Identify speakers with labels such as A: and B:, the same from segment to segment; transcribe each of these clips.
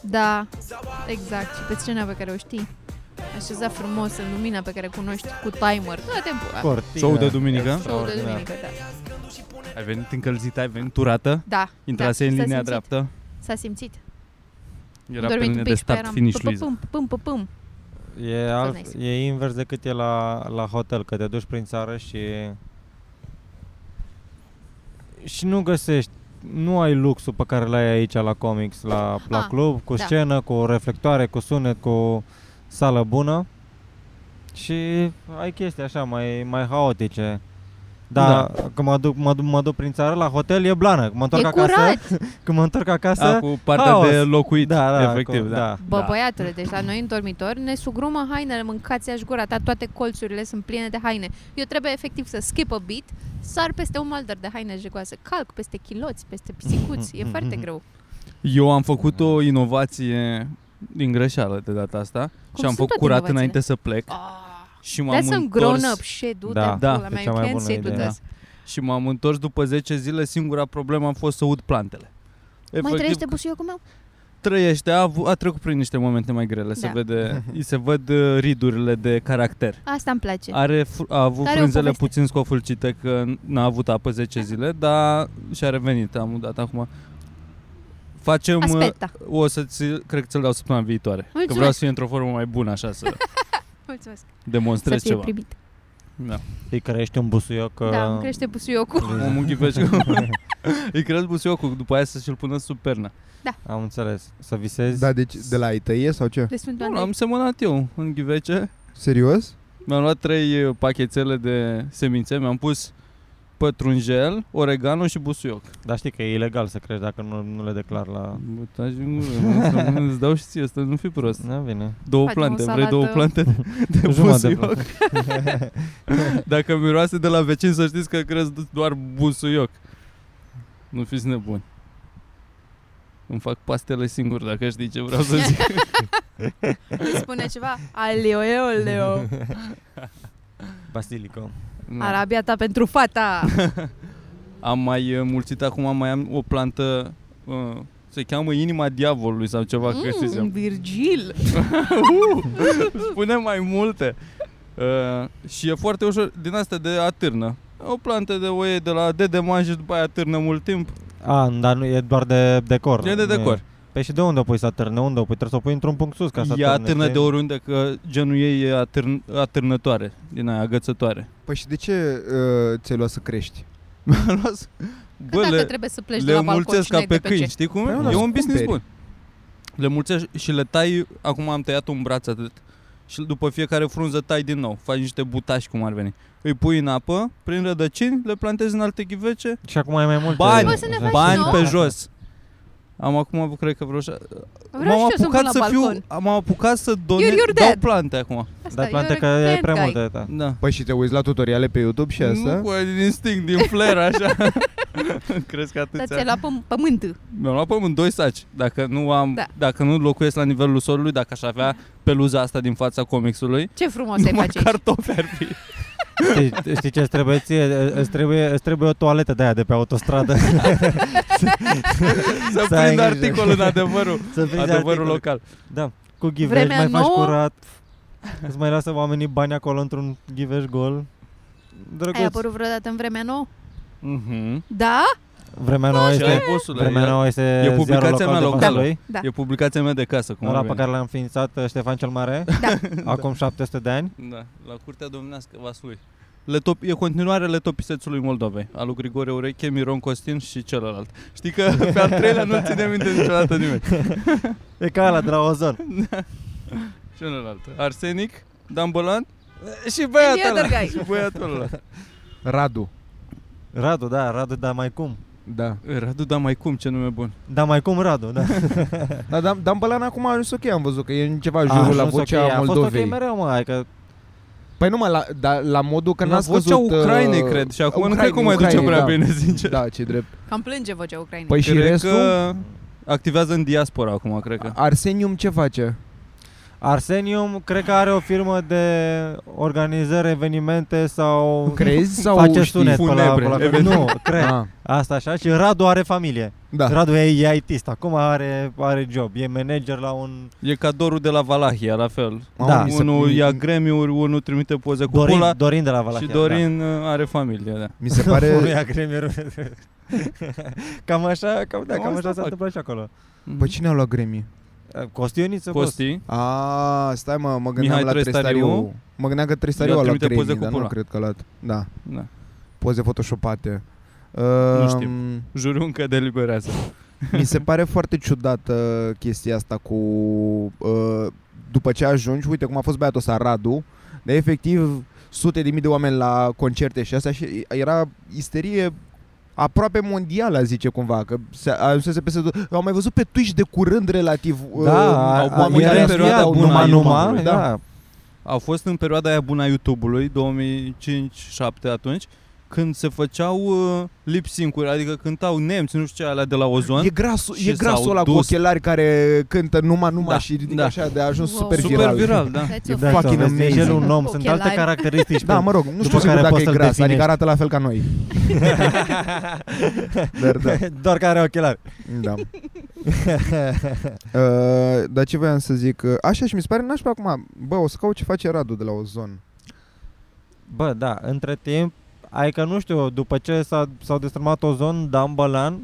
A: Da, exact. Și pe scena pe care o știi. Așeza frumos în lumina pe care o cunoști cu timer. Da, te pula.
B: Cortina.
C: Show de duminică.
A: Show de
B: Extraordinar.
A: duminică, da.
C: Ai venit încălzită, ai venit turată,
A: Da,
C: intrase
A: da,
C: în
A: s-a
C: linia
A: simțit.
C: dreaptă.
A: s-a simțit.
C: Era pe
A: Dormit un
C: linia
A: pic
C: de
A: și pe aia
C: start
A: eram
C: finish
A: pum,
C: Luiza.
A: pum, pum, pum, pum.
B: E, alt,
A: nice.
B: e invers decât e la, la hotel, că te duci prin țară și și nu găsești nu ai luxul pe care l-ai aici la comics, la, la
A: Ah,
B: club, cu
A: da.
B: scenă, cu reflectoare, cu sunet, cu sală bună și ai chestii așa mai, mai haotice. Da, când mă duc, mă, duc, mă duc prin țară la hotel e blană, când mă întorc
A: E
B: acasă,
A: curat!
B: când mă întorc acasă,
C: A, Ah, cu partea
B: Haos.
C: de locuit,
B: da, da,
C: efectiv,
B: cu,
C: da.
B: da.
A: Bă,
C: Da.
A: băiatule, deci la noi în dormitor ne sugrumă hainele, mâncați aș gura ta, toate colțurile sunt pline de haine. Eu trebuie efectiv să skip a beat, sar peste un maldăr de haine jegoase, calc peste chiloți, peste pisicuți, e foarte greu.
C: Eu am făcut o inovație din greșeală de data asta și am
A: sunt
C: făcut
A: toate
C: curat
A: inovațiile?
C: înainte să plec
A: Ah,
C: și m-am
A: that's some
C: întors
A: grown up shit, dude,
B: Da,
A: da,
C: da,
A: pula
B: e
A: mea,
B: cea
A: you
B: mai
A: can't
B: bună
A: sit with
B: idee.
A: us.
C: și m-am întors după 10 zile, singura problemă a fost să ud plantele.
A: Mai
C: Efectiv,
A: trăiește busuiocul meu?
C: trăiește a, avu- a trecut prin niște momente mai grele, se
A: Da.
C: vede, îi se văd uh, ridurile de caracter.
A: Asta îmi place.
C: Are fr- a avut
A: Care o
C: frunzele
A: poveste. Da.
C: puțin scofulcite că n- n-a avut apă 10 zile, dar și-a revenit, am udat acum. Facem, uh,
A: Aspetta.
C: o să ți, cred că ți-l dau săptămâna viitoare. Că
A: Mulțumesc.
C: vreau să fiu într-o formă mai bună așa să
A: Mulțumesc. Să
C: demonstrez
A: fie
C: ceva.
A: primit.
C: Da.
B: Îi crești un busuioc
A: Da,
B: uh,
A: îmi crește busuiocul.
C: Mă ghiveci cu... Îi cred busuiocul, după aia să și-l pună sub pernă.
B: Am înțeles. Să visezi?
D: Da, deci de la ai tăie sau ce?
A: Le sunt
C: Nu,
A: doamne.
C: l-am semănat eu în ghivece.
D: Serios?
C: Mi-am luat trei uh, pachetele de semințe, mi-am pus pătrunjel, oregano și busuioc.
B: Dar știi că e ilegal să crești dacă nu, nu le declar la...
C: Bă, taci din gură, mă, să mă- Îți dau și ție, să nu fi prost.
B: Nu vine.
C: Două
A: Facem o
C: plante, vrei două
A: salată.
C: plante de, de
B: Jumătate de
C: busuioc? Dacă miroase de la vecin, să știți că crezi doar busuioc. Nu fiți nebuni. Îmi fac pastele singur, dacă știi ce vreau să zic.
A: Îi spune ceva? Aleo, oleo.
C: Da.
B: Basilico.
C: Nu.
A: Arabia ta pentru fata.
C: Am mai uh, mulțit acum, mai am o plantă, uh, se cheamă inima diavolului sau ceva, mm.
A: Mm, Virgil.
C: Spune mai multe. Uh, și e foarte ușor, din asta de atârnă. O plantă de oie de la dedeman și după aia atârnă mult timp.
B: A, dar nu, e doar de decor.
C: E de
B: Nu
C: decor.
B: Păi și de unde o pui să atârne? Unde o pui? Trebuie să o pui într-un punct sus ca să
C: Ea atârnă
B: știi?
C: de oriunde, că genul ei e atârn- atârnătoare, din aia agățătoare.
D: Păi și de ce uh, ți-ai luat să crești?
A: Că
C: Bă,
A: dacă
C: le,
A: trebuie să pleci de
C: le
A: la balcon
C: mulțesc
A: și
C: ca
A: n-ai
C: pe
A: de pe
C: câini,
A: ce.
C: știi cum?
D: Păi,
C: e
D: nu,
C: un
B: da,
D: dar
C: business
D: cumperi.
C: bun. Le mulțești și le tai, acum am tăiat un braț atât. Și după fiecare frunză tai din nou, faci niște butași cum ar veni. Îi pui în apă, prin rădăcini, le plantezi în alte ghivece
B: Și acum e mai mult.
C: Bani,
A: Poți să ne faci
C: bani
A: nouă?
C: pe jos. Am acum, cred că vreo șa-
A: Vreau și eu să văd la balcon.
C: fiu, am apucat să donez,
A: You're- you're
C: dau
A: dead.
C: plante acum.
A: Asta
B: Dar
A: e
B: plante
A: o
B: că e
A: plant
B: prea
A: guy.
B: multe. Da.
C: Da.
D: Păi și te uiți la tutoriale pe YouTube și asta?
C: Nu, cu din instinct, din flair, așa. Crezi că
A: Dar
C: atâția.
A: ți-ai luat păm- pământ.
C: Mi-am luat pământ doi saci. Dacă nu, am,
A: Da.
C: dacă nu locuiesc la nivelul solului, dacă aș avea peluza asta din fața comicsului,
A: Ce frumos ai
C: numai
A: face aici.
C: cartofi ar fi.
B: Știi, știi ce îți trebuie ție? Îți trebuie, îți trebuie o toaletă de aia de pe autostradă.
C: Să
B: ai
C: prind
B: grijă.
C: articol în adevărul,
B: să vezi
C: adevărul
B: articole.
C: local.
B: Da. Cu ghivești
A: Vremea
B: mai faci
A: nouă.
B: curat. Îți mai lasă oamenii bani acolo într-un ghiveș gol. Drăguț.
A: Ai apărut vreodată în vremea nouă?
C: Mhm.
A: Da?
B: Vremea nouă
C: Ce ai,
B: este...
C: bosule?
B: Vremea nouă este
C: E publicația
B: ziarul
C: mea
B: de
C: locală.
B: Vaslui.
A: Da.
C: E publicația mea de casă, cum ar
B: Ăla
C: veni.
B: pe care l-a înființat uh, Ștefan cel Mare
A: Da.
B: acum 700 de ani.
C: Da, la curtea domnească Vaslui. Letop, e continuarea letopisețului Moldovei, al lui Grigore Ureche, Miron Costin și celălalt. Știi că pe al treilea nu ține minte niciodată nimeni.
B: E ca ăla de la Ozon.
C: Celălalt. Arsenic, Dan Bălan și băiatul
A: And the
C: ăla.
A: other guy.
C: Și băiatul ăla.
D: Radu.
B: Radu, da, Radu, da mai cum?
D: Da.
C: Radu, da mai cum, ce nume bun.
B: Da mai cum Radu, da.
D: Dar Dan, Dan Bălan acum a ajuns ok, am văzut că e în
C: Ah,
D: ceva
B: A
D: jurul la
B: ajuns
D: vocea
B: ok, a fost
D: Moldovei.
B: ok mereu, mă, adică hai că
D: Păi numai la, da, la modul că
C: La
D: n-a
C: vocea
D: scăzut... uh,
C: Ucrainei, cred. Și acum nu cred că o mai duce
D: Ucrainei,
C: prea
D: da.
C: bine, sincer.
D: Da, ce drept.
A: Cam plânge vocea Ucrainei.
D: Păi și
C: Cred
D: restul?
C: că activează în diaspora acum, cred că.
D: Arsenium ce face?
B: Arsenium cred că are o firmă de organizări, evenimente sau...
D: Crezi sau
B: face
D: știi?
B: sunet pe la,
C: Funebre,
B: pe la,
C: eveniment.
B: Nu, cred.
D: Ah,
B: Asta așa. Și Radu are familie.
D: da.
B: Radu e, e it acum are, are job. E manager la un...
C: E cadorul de la Valahia, la fel.
D: Mamă,
B: da.
D: mi se-
C: Unul
D: mi-
C: ia gremiuri, unul trimite poze cu
B: Dorin,
C: pula
B: Dorin de la da. Valahia.
C: și Dorin uh, are familie, da.
D: Mi se
B: Da. Unul
D: pare...
B: ia cremerul. cam așa, cam, da,
C: Cam
B: cam așa
C: asta
B: s-a
C: fac.
B: întâmplat și acolo.
D: Păi cine a luat gremii?
B: Costioniță, Costi.
C: Mhm. Costi,
D: A, stai mă, mă gândeam
C: Mihai
D: la
C: Trestariu.
D: Trestariu. Mă gândeam că Trestariu
C: I-a
D: a luat
C: trimite poze
D: gremii,
C: cu
D: dar
C: pula.
D: nu cred că a luat. Da,
C: da.
D: poze photoshopate.
C: Nu știu.
D: Ehm,
C: Jurul încă deliberează.
D: Mi se pare foarte ciudată chestia asta cu... Uh, după ce ajungi, uite cum a fost băiatul ăsta, Radu, de efectiv sute de mii de oameni la concerte și asta și era isterie aproape mondială, a zice cumva, că se ajunsese peste tot. Am mai văzut pe Twitch de curând relativ uh,
B: Da,
C: au-
B: a-
C: oamenii
B: era
C: în
B: în
C: perioada
B: perioada
C: bună
B: numai,
C: a
B: numai,
C: YouTube-ului,
B: da.
C: A fost în perioada aia bună a YouTube-ului, 2005-2007 atunci, când se făceau uh, lip sync-uri, adică cântau nemți, nu știu ce, alea de la Ozon.
D: E grasul,
C: Și
D: e grasul
C: s-au
D: ăla cu
C: dus.
D: ochelari care cântă numai, numai
C: Da,
D: și ridică
C: da.
D: așa de a ajuns
A: Wow.
D: super
C: super
D: viral.
C: viral, da.
A: That's
D: E
A: offensive.
B: Da,
D: fucking
B: sau vezi,
D: amazing.
B: e el un om, sunt
A: Ochelari.
B: alte caracteristici.
D: Da, mă rog, nu
B: După
D: știu sigur
B: care
D: dacă
B: poți
D: e
B: să-l
D: gras, adică
B: definești.
D: arată la fel ca noi. Dar da.
B: Doar că are ochelari.
D: Da. uh, dar ce voiam să zic? uh, Așa și mi se pare nașpa acum. Bă, o să caut ce face Radu de la Ozon.
B: Bă, da, între timp, adică nu știu, după ce s-a, s-au destrămat Ozon, Dan Bălan,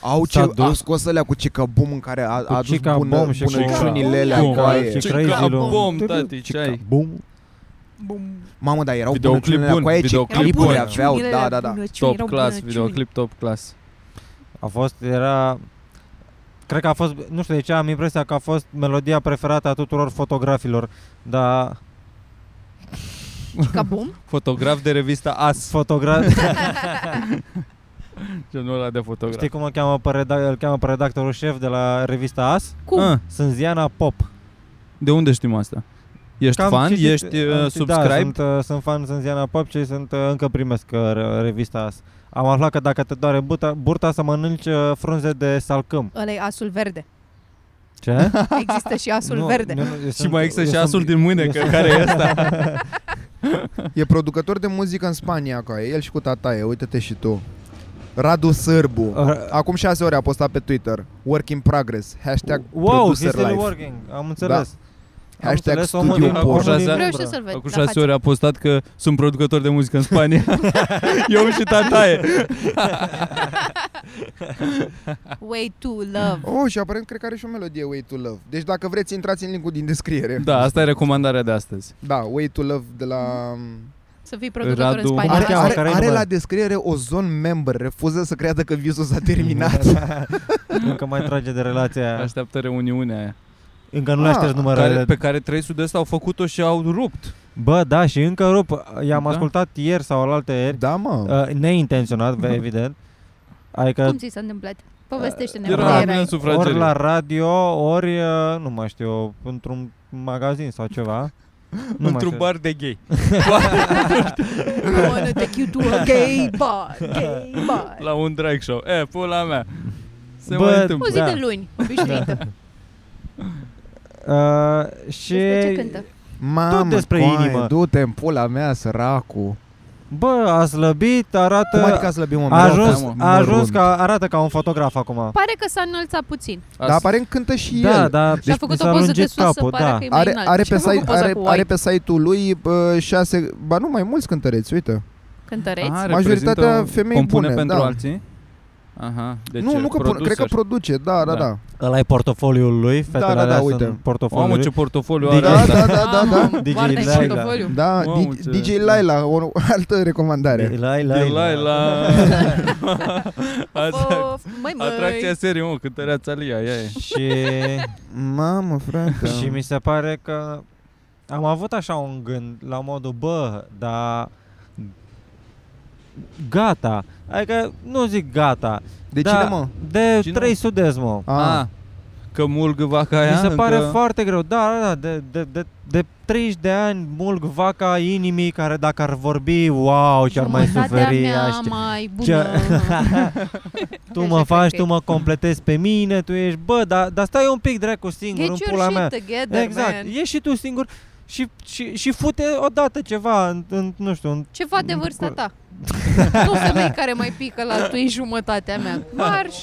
D: Au
B: S-a
D: ce a
B: dus-
D: scos alea cu Cica Boom în care a, a
B: Cu
D: adus
B: Cica
D: bună,
B: Boom și cu-
D: bunăciunile alea.
C: Boom.
D: ca aia.
B: Și
C: Ce
B: Crazy
C: ca
B: Lung.
C: bom, tati, ce ai?
B: bum,
D: Mamă, dar erau
C: Videoclip
D: bunăciunile alea
C: bun,
D: cu aia, ce
C: videoclip
D: clipuri
C: bun.
D: aveau.
A: Bunăciunile
D: Da,
A: la
D: da, da.
A: bunăciuni,
C: Top
A: erau
C: class,
A: bunăciuni.
C: videoclip top class.
B: a fost, era... Cred că a fost, nu știu de ce, am impresia că a fost melodia preferată a tuturor fotografilor, dar
A: Ca bum?
C: Fotograf de revista As,
B: fotograf,
C: genul ăla de fotograf.
B: știi cum îl cheamă, pe reda- îl cheamă pe redactorul șef de la revista As?
A: Cum?
C: Ah,
B: Sânziana Pop.
C: de unde știm asta? Ești
B: Cam
C: fan?
B: citit-
C: Ești uh,
B: am citit- Da,
C: subscribe?
B: sunt, uh, sunt fan, sunt Ziana Pop și sunt, uh, încă primesc uh, re- revista asta. Am aflat că dacă te doare buta, burta să mănânci uh, frunze de salcâm.
A: Ăla e asul verde.
B: Ce?
A: Există și asul verde.
B: nu, eu
C: Și
B: sunt-
C: mai există
B: eu
C: și
B: sunt-
C: asul din mâine,
B: eu
C: că
B: sunt-
C: care e ăsta?
D: E producător de muzică în Spania ca el și cu tataie. Uite-te și tu. Radu Sârbu.
B: Ra-
D: Acum 6 ore a postat pe Twitter. Work in progress. Hashtag
B: Wow, he's
D: producer
B: still
D: life.
B: working. Am înțeles. Am
D: Da. Hashtag
B: înțeles, omul
D: studio
B: din-
D: porn.
B: omul din
A: Vreau și
B: umbră.
A: să-l văd.
C: Cu
A: la
C: șase
A: față.
C: ore a postat că sunt producător de muzică în Spania. Eu și tataie.
A: Way to love.
D: Oh, și aparent cred că are și o melodie Way to Love. Deci dacă vreți, intrați în linkul din descriere.
C: Da, asta e recomandarea de astăzi.
D: Da, Way to Love de la...
A: Să fii producător
C: Radu-
A: în Spania.
B: Cum
D: Are,
B: cheamă?
D: are,
B: Care-i
D: are
B: numele?
D: la descriere o zon member, refuză să creadă că visul s-a terminat.
B: Da, Încă mai trage de relația aia.
C: Așteaptă reuniunea aia.
B: Încă nu
D: Ah,
B: le aștept
C: Care,
B: numărele.
C: pe care trei sud au făcut-o și au rupt.
B: Bă, da, și încă rup. I-am
C: Da.
B: ascultat ieri sau alaltă ieri.
D: da, mă.
B: Uh, neintenționat, ve- evident. Adică
A: Cum ți s-a întâmplat? Povestește-ne.
B: Era
A: unde
C: Era
B: la
A: erai.
C: în
B: ori
C: sufragerie.
B: la radio, ori, uh, nu mai știu, într-un magazin sau ceva. Nu mai
C: Într-un
B: știu.
C: bar de gay.
A: I wanna take you to a gay bar, gay bar.
C: La un drag show. E, pula mea. Se
B: Bă,
C: mai
A: O
C: întâmplă.
A: zi
B: Da.
A: de luni, obișnuită.
B: Uh, și...
A: Despre ce cântă?
D: Mamă,
B: tot despre
D: coai,
B: inimă.
D: Du-te în pula mea, săracu.
B: Bă, a slăbit, arată...
D: Cum adică a slăbit mă?
B: Da. a ajuns,
C: Mă,
B: a ajuns
D: mărunt.
B: ca, arătă ca un fotograf acum.
A: Pare că s-a înălțat puțin.
D: Dar aparent cântă și
B: da,
D: el.
B: da,
A: Și-a
B: mi
A: făcut o
B: s-a
A: poză de
B: lungit
A: sus să pară
B: da.
A: că e mai
D: Are,
A: înalt.
D: are,
A: Și
D: pe
A: a făcut
D: site,
A: poza
D: are,
A: cu
D: are
A: oai.
D: pe site-ul lui uh, șase, ba nu, mai mulți cântăreți, uite.
A: Cântăreți?
C: Aha,
D: Majoritatea
C: reprezintă-
D: femei
C: compune
D: bune,
C: pentru
D: da.
C: alții? Aha, deci
D: nu, nu că, pro- cred că
C: producer.
D: produce, da, da,
C: Da.
D: da.
B: Ăla e portofoliul lui, fetele
D: da,
B: alea
D: da, uite.
B: sunt portofoliul
C: Mamă,
B: lui.
C: ce portofoliu
B: Din-
C: are
D: Da,
C: ăsta.
D: da, da, da, da.
A: Mamă,
B: DJ
A: foarte în
B: Laila.
A: portofoliu.
D: Da,
C: Mamă,
D: D-
C: ce-
D: DJ Laila, o altă recomandare.
B: Lai, lai,
C: Delilah. Asta,
A: Of, măi, măi.
C: atracția serii, mă, cântăreața Lia, ea e.
B: Și,
D: Mamă, frate.
B: și mi se pare că am avut așa un gând la modul, bă, dar gata. Adică nu zic gata.
D: De
B: dar
D: cine, mă?
B: De
C: Cine, mă?
B: 3 sudez, mă.
D: A,
C: Ah, Încă mulg vaca aia?
B: Mi se
C: încă...
B: pare foarte greu. Da, da, da, de, de, de, de 30 de ani mulg vaca inimii care dacă ar vorbi, wow, ce ar mai
A: Jumătatea
B: suferi.
A: da, mea
B: aș ști.
A: mai bună.
B: Ce- tu
A: Așa
B: mă
A: cred
B: faci,
A: că
B: tu
A: e.
B: mă completezi pe mine, tu ești, bă, dar da stai un pic dracu singur
A: Get
B: în
A: your
B: pula
A: shit
B: mea.
A: together,
B: exact,
A: man.
B: ieși și tu singur și, și, și fute odată ceva, în, în, nu știu, în,
A: Ceva de vârsta
B: Cu-
A: ta. nu femei care mai pică la tu e jumătatea mea. Marș!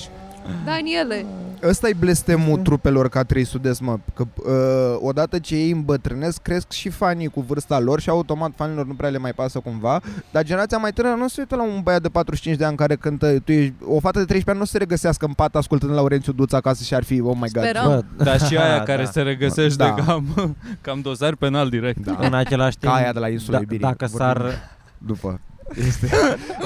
A: Daniele,
D: Ăsta e blestemul trupelor ca 300 mă, că uh, odată ce ei îmbătrânesc, cresc și fanii cu vârsta lor și automat fanilor nu prea le mai pasă cumva, dar generația mai tânără nu se uită la un băiat de 45 de ani care cântă, tu ești, o fată de 13 ani nu se regăsească în pat ascultând Laurențiu Duț acasă și ar fi, oh my god.
A: Sperăm.
B: bă,
C: Dar și aia care
B: da.
C: se regăsește
D: Da.
C: da. cam, cam dosar penal direct.
D: Da.
B: în același timp,
D: Ca aia de la insula
B: da,
D: Iubirii.
B: dacă
D: Vorbim
B: s-ar,
D: După.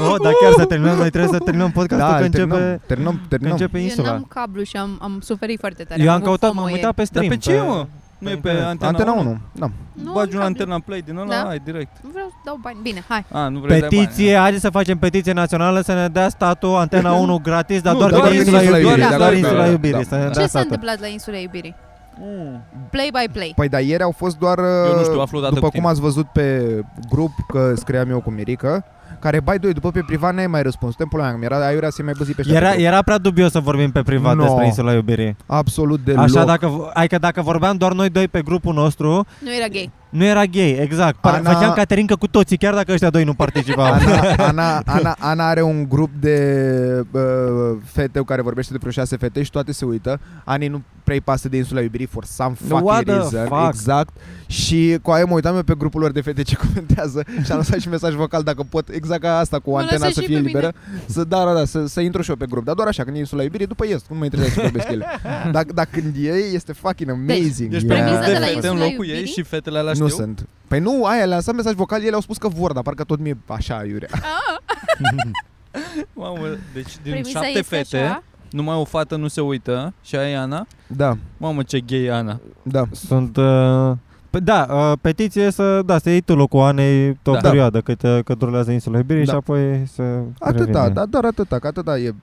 B: oh, dar chiar să terminăm, noi trebuie să terminăm podcastul
D: Da,
B: că
D: terminăm,
B: începe,
D: terminăm,
B: că
D: terminăm.
B: începe
A: eu
B: insula.
A: n-am cablu și am, am suferit foarte tare.
B: Eu
A: Am
B: am
A: avut
B: căutat,
A: FOMO
B: m-am
A: ieri.
B: uitat pe
C: Dar
B: stream.
C: pe ce, mă? Nu e pe
B: internet.
C: antena,
D: Antena
C: 1?
D: 1, da.
A: Nu,
C: Bagi un
A: am
C: antena play din ăla,
A: Da.
C: ai direct.
A: cablu. Vreau să dau bani. Bine, hai.
C: A, nu vrei de bani.
B: Petiție, haideți să facem petiție națională să ne dea statul Antena 1 gratis, dar
C: Nu,
B: doar
C: doar
B: pe insula
C: insula
B: iubirii,
C: Iubirii,
B: doar
C: da,
B: insula
C: da,
B: iubirii,
D: da.
B: să ne
D: Ce
A: Ce
B: dea
A: s-a
B: statul.
A: întâmplat la insula iubirii?
C: Mm.
A: Play by play.
D: Păi da, ieri au fost doar uh,
C: Eu nu știu, aflu odată
D: După
C: cu
D: cum
C: tine.
D: ați văzut pe grup Că scriam eu cu Mirica Care, bai, doi, după pe privat n-ai mai răspuns Te pula mea, mi era aiurea să mai băzi pe ăștia
B: Era,
D: pe grup.
B: era prea dubios să vorbim pe privat
D: No.
B: despre insula iubirii.
D: Absolut deloc
B: Așa, dacă, adică dacă vorbeam doar noi doi pe grupul nostru,
A: Nu era gay.
B: nu era gay, exact. Par,
D: Ana-
B: Făceam caterincă cu toții, chiar dacă ăștia doi nu participau.
D: Ana, Ana, Ana, Ana are un grup de uh, fete care vorbește de vreo șase fete și toate se uită. Ani nu prea pasă de insula iubirii for some fucking
B: What the
D: reason.
B: fuck?
D: Exact. Și cu aia mă uitam eu pe grupul lor de fete ce comentează și am lăsat și mesaj vocal dacă pot, exact ca asta cu
A: Mă
D: antena
A: lăsați
D: să
A: și
D: fie
A: pe mine.
D: liberă. Să, da, da, da, să, să intru și eu pe grup. Dar doar așa, când e insula iubirii, după ies. Nu mă interesează ce vorbesc ele. Dar, dar când e, este fucking amazing.
C: Deci
D: E-
C: pe
A: Premiza
C: yeah. de
A: de la
C: fete în
A: insula
C: locul ei
A: iubirii?
C: și fetele alea știu.
D: da. nu sunt. Păi nu, aia le-a lăsat mesaj vocal, ele au spus că vor, dar parcă tot mie așa, aiurea.
C: Mamă, deci din
A: Premisa
C: șapte
A: este
C: fete,
A: așa.
C: numai o fată nu se uită și aia e Ana.
D: Da,
C: Mamă, ce gay e Ana.
D: da.
B: Sunt... Uh, pe- da, uh, petiție să, da, să iei tu locul Anei pe o
C: Da.
B: perioadă cât, uh, cât durează insula iubirii
D: Da.
B: și apoi să
D: Atâta,
B: revine.
D: da, doar atâta, că atâta e.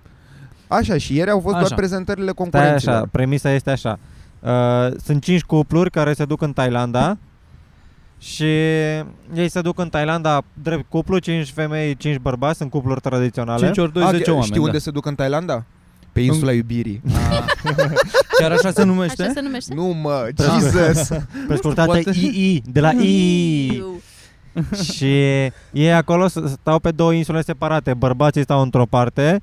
D: Așa, și ieri au fost
C: Așa.
D: doar prezentările
B: Stai
D: concurenților.
B: așa, premisa este așa. Uh, sunt cinci cupluri care se duc în Thailanda și ei se duc în Thailanda drept cuplu, cinci femei, cinci bărbați, sunt cupluri tradiționale.
C: 5 ori 2,
D: Ah,
C: 10
D: știi
C: oameni.
D: unde
C: da. Ah.
D: se duc în Thailanda? Pe insula iubirii.
C: Chiar așa se numește?
A: Așa se numește?
D: nu mă,
B: Da.
D: Jesus!
B: Pe scurtată
C: poate-
B: II, de la II.
A: Eu.
B: și ei acolo s- stau pe două insule separate. Bărbații stau într-o parte,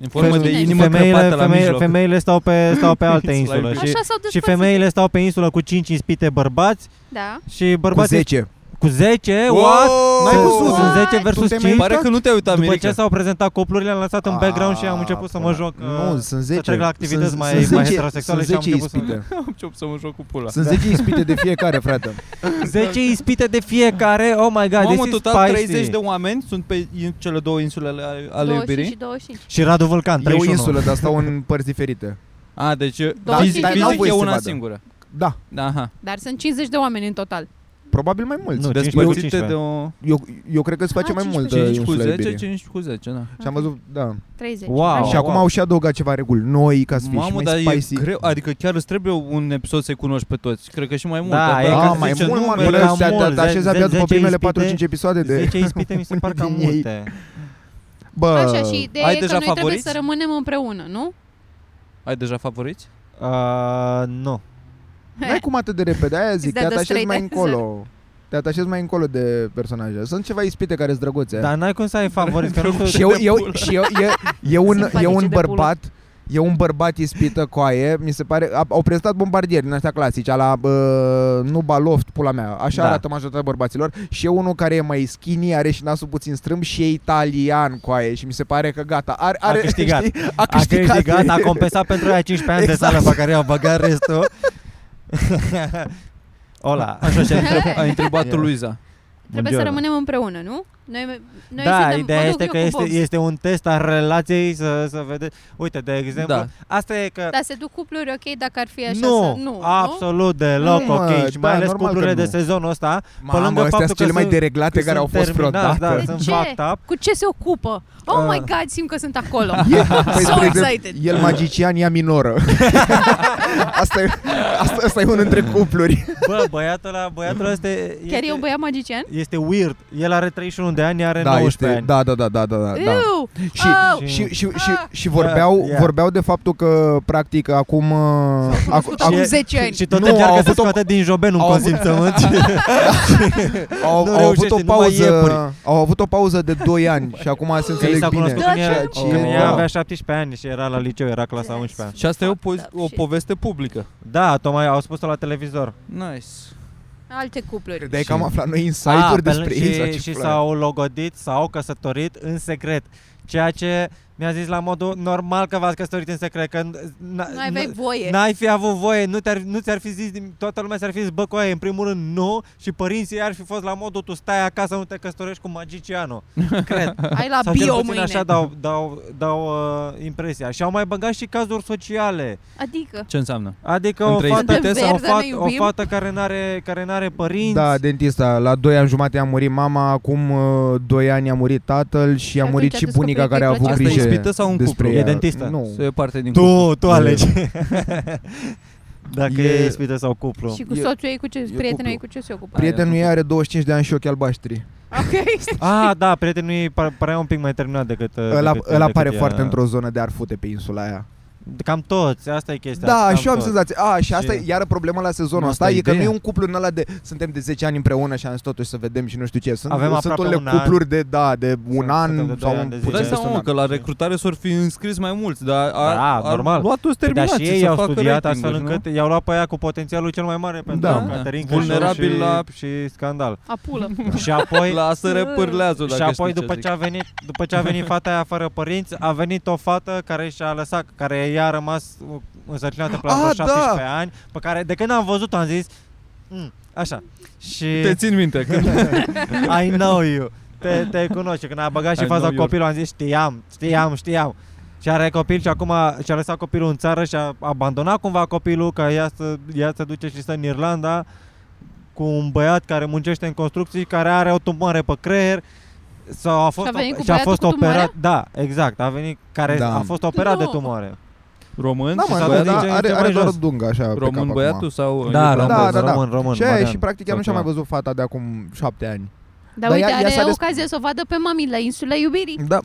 C: În formă de
A: Femeile-
C: inimă
B: femeile,
C: crăpată la
B: femeile,
C: mijloc.
B: femeile stau pe, stau pe alte
C: Insula
B: insule.
C: iubirii.
B: Și,
A: Așa s-au
B: și
A: despărțit.
B: femeile stau pe insulă cu cinci ispite bărbați
A: Da.
B: și
D: Cu
B: bărbații
D: 10.
B: Cu 10?
C: Wow!
B: What?
D: N-ai
B: Sunt-
D: văzut?
B: Sunt 10
A: What?
B: versus
D: Tu te mai
B: 5?
D: uitat?
C: Pare că nu te-ai uitat,
B: După
C: Mirica.
B: ce s-au prezentat cuplurile, am lăsat în background și am
D: Ah,
B: început să mă
D: pula.
B: joc uh,
D: Nu, sunt 10.
B: trec la activități
D: sunt,
B: mai-
D: sunt
B: mai
D: 10,
B: heterosexuale
D: sunt
B: și am
D: 10
B: început să-
D: ispite.
C: Am început să mă joc cu pula.
D: Sunt 10 ispite de fiecare, frate.
B: 10 ispite de fiecare. Oh my god, this
C: Mamă,
B: is
C: total
B: spicy.
C: 30 de oameni sunt pe in- cele două insulele ale- ale
A: 25
C: iubirii.
A: și 25.
B: Și Radu Vulcan,
D: E o
B: 31.
D: insulă, dar stau în părți diferite.
C: A, deci
A: Da,
C: fizic,
A: dar n-au
C: fizic
D: voie
C: e
D: să
C: una
D: vadă.
C: singură.
D: Da,
C: Da, aha.
A: Dar sunt 50 de oameni în total.
D: probabil mai mulți.
B: Nu, cinci cu
C: Despărțite
B: 15.
C: de o...
D: Eu, eu cred că îți face
A: Ah,
D: mai mult de
C: 5 cu
D: insula
C: 10,
D: iubirii.
C: 5 cu 10, da.
D: Și am văzut, da.
A: 30.
B: Wow.
A: Așa.
D: Și acum
B: wow.
D: au și adăugat ceva reguli noi ca să fie și
C: Mamă, dar
D: mai
C: e
D: spicy.
C: greu, adică chiar îți trebuie un episod să-i cunoști pe toți. Cred că și mai mult.
B: Da,
C: dar
B: e
C: dacă
B: ca-
D: Da,
C: zice
D: mai mult, mă,
C: numele-
B: e
D: până
B: cam
D: se
B: mult,
D: atașezi
B: zece-
D: abia după
B: zece
D: primele
B: ispite-
D: 4-5 episoade de...
B: 10 ispite mi se par cam
D: Din ei.
B: multe.
D: Bă,
A: Așa și ideea
C: ai
A: e că
C: deja
A: noi trebuie
C: favoriți?
A: să rămânem împreună, nu?
C: Ai deja favoriți?
B: Uh, nu.
D: N-ai cum atât de repede, aia zic,
A: Îți dă
D: te
A: Exact, de
D: atașezi
A: straight
D: mai
A: answer.
D: încolo. Te atașezi mai încolo de personaje. Sunt ceva ispite care sunt drăguțe.
B: Dar n-ai cum să ai favorit, că nu
D: Da. Și
B: știu.
D: eu,
C: de
D: eu,
C: pulă.
D: și eu, e, e un, e
A: Simpatice de
D: un
A: pulă.
D: bărbat, e un bărbat ispită coaie, mi se pare, a- au prezentat bombardieri din ăștia clasici, ala bă, nu baloft, pula mea, așa
B: Da.
D: arată majoritatea bărbaților și e unul care e mai skinny, are și nasul puțin strâmb și e italian coaie și mi se pare că gata, are, are
B: A câștigat.
D: Știi, a
B: A
D: câștigat,
B: câștigat, a compensat pentru aia 15 ani
D: Exact.
B: de sală pe care i-au băgat restul. Ola.
C: Așa și a întrebat, a întrebat
B: Yeah.
C: Luiza.
A: Trebuie
B: Bungiorno.
A: să rămânem împreună, nu? Noi, noi
B: da,
A: suntem, mă
B: ideea
A: duc
B: este
A: eu
B: că
A: cu
B: este,
A: Bob.
B: este un test al relației să, să vedeți. Uite, de exemplu,
C: Da.
B: asta e că
A: Dar se duc cupluri ok dacă ar fi așa
B: nu,
A: să... Nu, nu?
B: absolut deloc
D: Nu, mă,
B: ok. Și mai
D: da,
B: ales
D: normal că
B: cuplurile de
D: nu.
B: sezonul ăsta,
D: Mamă,
B: lângă
D: astea
B: faptul
D: sunt
B: că
D: cele mai
B: sunt-
D: dereglate
B: că
D: care au
B: sunt
D: fost
B: terminați,
D: vreodată.
B: da,
A: De
B: sunt
A: ce?
B: fucked up. Uh.
A: Cu ce se ocupă? Oh
D: Ah.
A: my god, simt că sunt acolo.
D: Păi,
A: so
D: spre exemplu,
A: excited.
D: El magician, ea minoră. asta, e, asta, asta e unul dintre cupluri.
B: Bă, băiatul ăla, băiatul ăla este...
A: Chiar
B: este-
A: e un băiat magician?
B: Este weird. El are 31 de ani, ea are
D: Da,
B: 19
D: este,
B: ani.
D: da, da, da, da, da, da.
A: Ew!
D: Și,
A: Au!
D: și, și, și,
A: Ah.
D: și vorbeau,
B: Da, yeah.
D: vorbeau de faptul că, practic, acum... uh, Acu,
A: Cunoscut
D: acu,
A: acum
B: Și-
A: 10 ani.
B: Și tot
D: Nu,
B: nu, încearcă
D: au
B: să
D: avut o-
B: scoată din joben un
D: au avut-
B: consimțământ.
D: au,
B: nu
D: au, avut
B: reușește,
D: o
B: nu mai iepuri.
D: pauză, au avut o pauză de 2 ani și acum se
B: Că ei
D: înțeleg
B: s-au
D: bine.
B: cunoscut
A: Da,
B: când ea,
A: ce
B: când
D: mișto.
B: ea avea 17 ani și era la liceu, era clasa 11
C: Și asta e o, po-
A: Fucked up
C: o
A: shit.
C: poveste publică.
B: Da, tocmai au spus-o la televizor.
C: Nice.
A: Alte cupluri.
D: Credeai că am
C: Și-
D: aflat noi
A: Ah,
D: insight-uri
B: pe lângă-
D: despre ei sau
B: și,
D: ce
B: și
D: pula e?
B: s-au logodit, s-au căsătorit în secret. Ceea ce mi-a zis la modul normal că v-ați căsătorit în secret, că n- n-
A: Nu aveai
B: n-
A: voie.
B: N-ai fi avut voie, nu, te-ar, nu ți-ar fi zis, nim- toată lumea ți-ar fi zis, bă, coaie, în primul rând nu și părinții ar fi fost la modul, tu stai acasă, nu te căsătorești cu magicianul. Cred.
A: Ai la
B: Sau cel
A: bio
B: puțin
A: mâine.
B: așa da. dau, dau, dau uh, impresia. Și au mai băgat și cazuri sociale.
A: Adică,
C: Ce înseamnă?
B: Adică
C: Între
B: o fată,
A: Suntem
B: o,
A: verde, ne
B: fată, o
A: iubim.
B: fată care n-are, care n-are părinți.
D: Da, dentista. La 2 ani jumate a murit mama, acum 2 ani a murit tatăl și a
A: atunci
D: murit
A: a
D: și
A: descoperit
D: bunica
A: că
D: care a
A: îi
D: avut
A: place.
D: grijă
C: Asta e ispită sau un
D: despre
C: cuplu?
B: E
D: ea.
B: dentistă?
D: Nu.
C: Să e parte din
B: tu, tu alegi. Dacă e,
D: E-
B: e ispită sau cuplu.
A: și cu
D: E-
A: soțul ei, cu ce,
D: e
A: prietenul ei, cu
D: cuplu.
A: ce se ocupă?
D: Prietenul ei are 25 de ani și ochi albaștri.
A: Ok,
B: Ah, da, prietenul ei par- părea un pic mai terminat decât... uh,
D: Ăla,
B: decât,
D: ăla
B: decât
D: pare
B: ea.
D: foarte într-o zonă de arfute pe insula aia.
B: Cam toți, asta e chestia.
D: Da,
B: cam
D: și eu am
B: toți.
D: senzația. A, și asta
B: Și-
D: e iară problema la sezonul
C: Nu,
D: ăsta,
C: asta e
D: e că nu e
C: ideea.
D: un cuplu în ăla de suntem de 10 ani împreună și am zis totuși să vedem și nu știu ce. Sunt,
B: Avem
D: sunt
B: aproape
D: unele
B: un an.
D: cupluri de, da, de un
B: Sunt- suntem de
D: an
B: doi
D: sau
B: ani
D: un
B: de
C: Îți
B: zile.
C: Păi dai
D: puțin
C: seama mă,
D: peste
C: că
D: un an.
C: la recrutare s-or fi înscris mai mulți, dar a,
B: Da,
C: a,
B: normal.
C: a luat o
B: Păi, Dar
C: terminație
B: și ei
C: să
B: au
C: facă
B: studiat astfel
C: rating-uri, nu?
B: încât i-au luat pe ea cu potențialul cel mai mare pentru
D: Da.
B: Caterin
C: Da.
B: Cășor
C: Vulnerabil
B: și,
C: la-
B: și scandal.
A: apulă.
B: Și apoi
C: Păi, Lasă repârlează
B: și apoi după ce, a venit, după ce a venit fata aia fără părinți, a venit o fată care și-a lăsat, care ea a rămas uh, însărcinată pe la
D: Ah,
B: vreo
D: da!
B: 17 ani, pe care de când am văzut am zis, "Mm, așa, și
C: Te țin minte
B: Da,
C: când
B: I know you, te, te cunoști. Când a băgat și
C: I
B: faza
C: know your-
B: copilul am zis, știam, știam, știam. Și are copil și acum a- și-a lăsat copilul în țară și a abandonat cumva copilul că ea să, ea se duce și stă în Irlanda cu un băiat care muncește în construcții care are o tumoare pe creier sau a fost,
A: Și a venit cu
B: și a
A: băiatul
B: fost
A: cu tumoarea?
B: operat, da, exact, a venit care
D: Da.
B: a fost operat
A: Nu.
B: de tumoare.
C: român
D: Da,
C: și
D: mă,
C: s-a
D: da,
C: dat
D: da,
B: din ce-
D: are,
B: ce
D: are
B: mai
D: doar o
B: jos.
D: dungă așa pe cap
C: român
D: acum.
C: băiatul sau
D: român,
B: da,
D: da, da.
B: român, român,
D: Și aia e
B: Marian.
D: și practic ea nu și-a mai
B: Total.
D: văzut fata de acum 7 ani.
A: Dar
D: Dar
A: uite,
D: ea- ea s-a
A: are
D: des-
A: ocazia să o vadă pe mami la insula iubirii.
D: Da.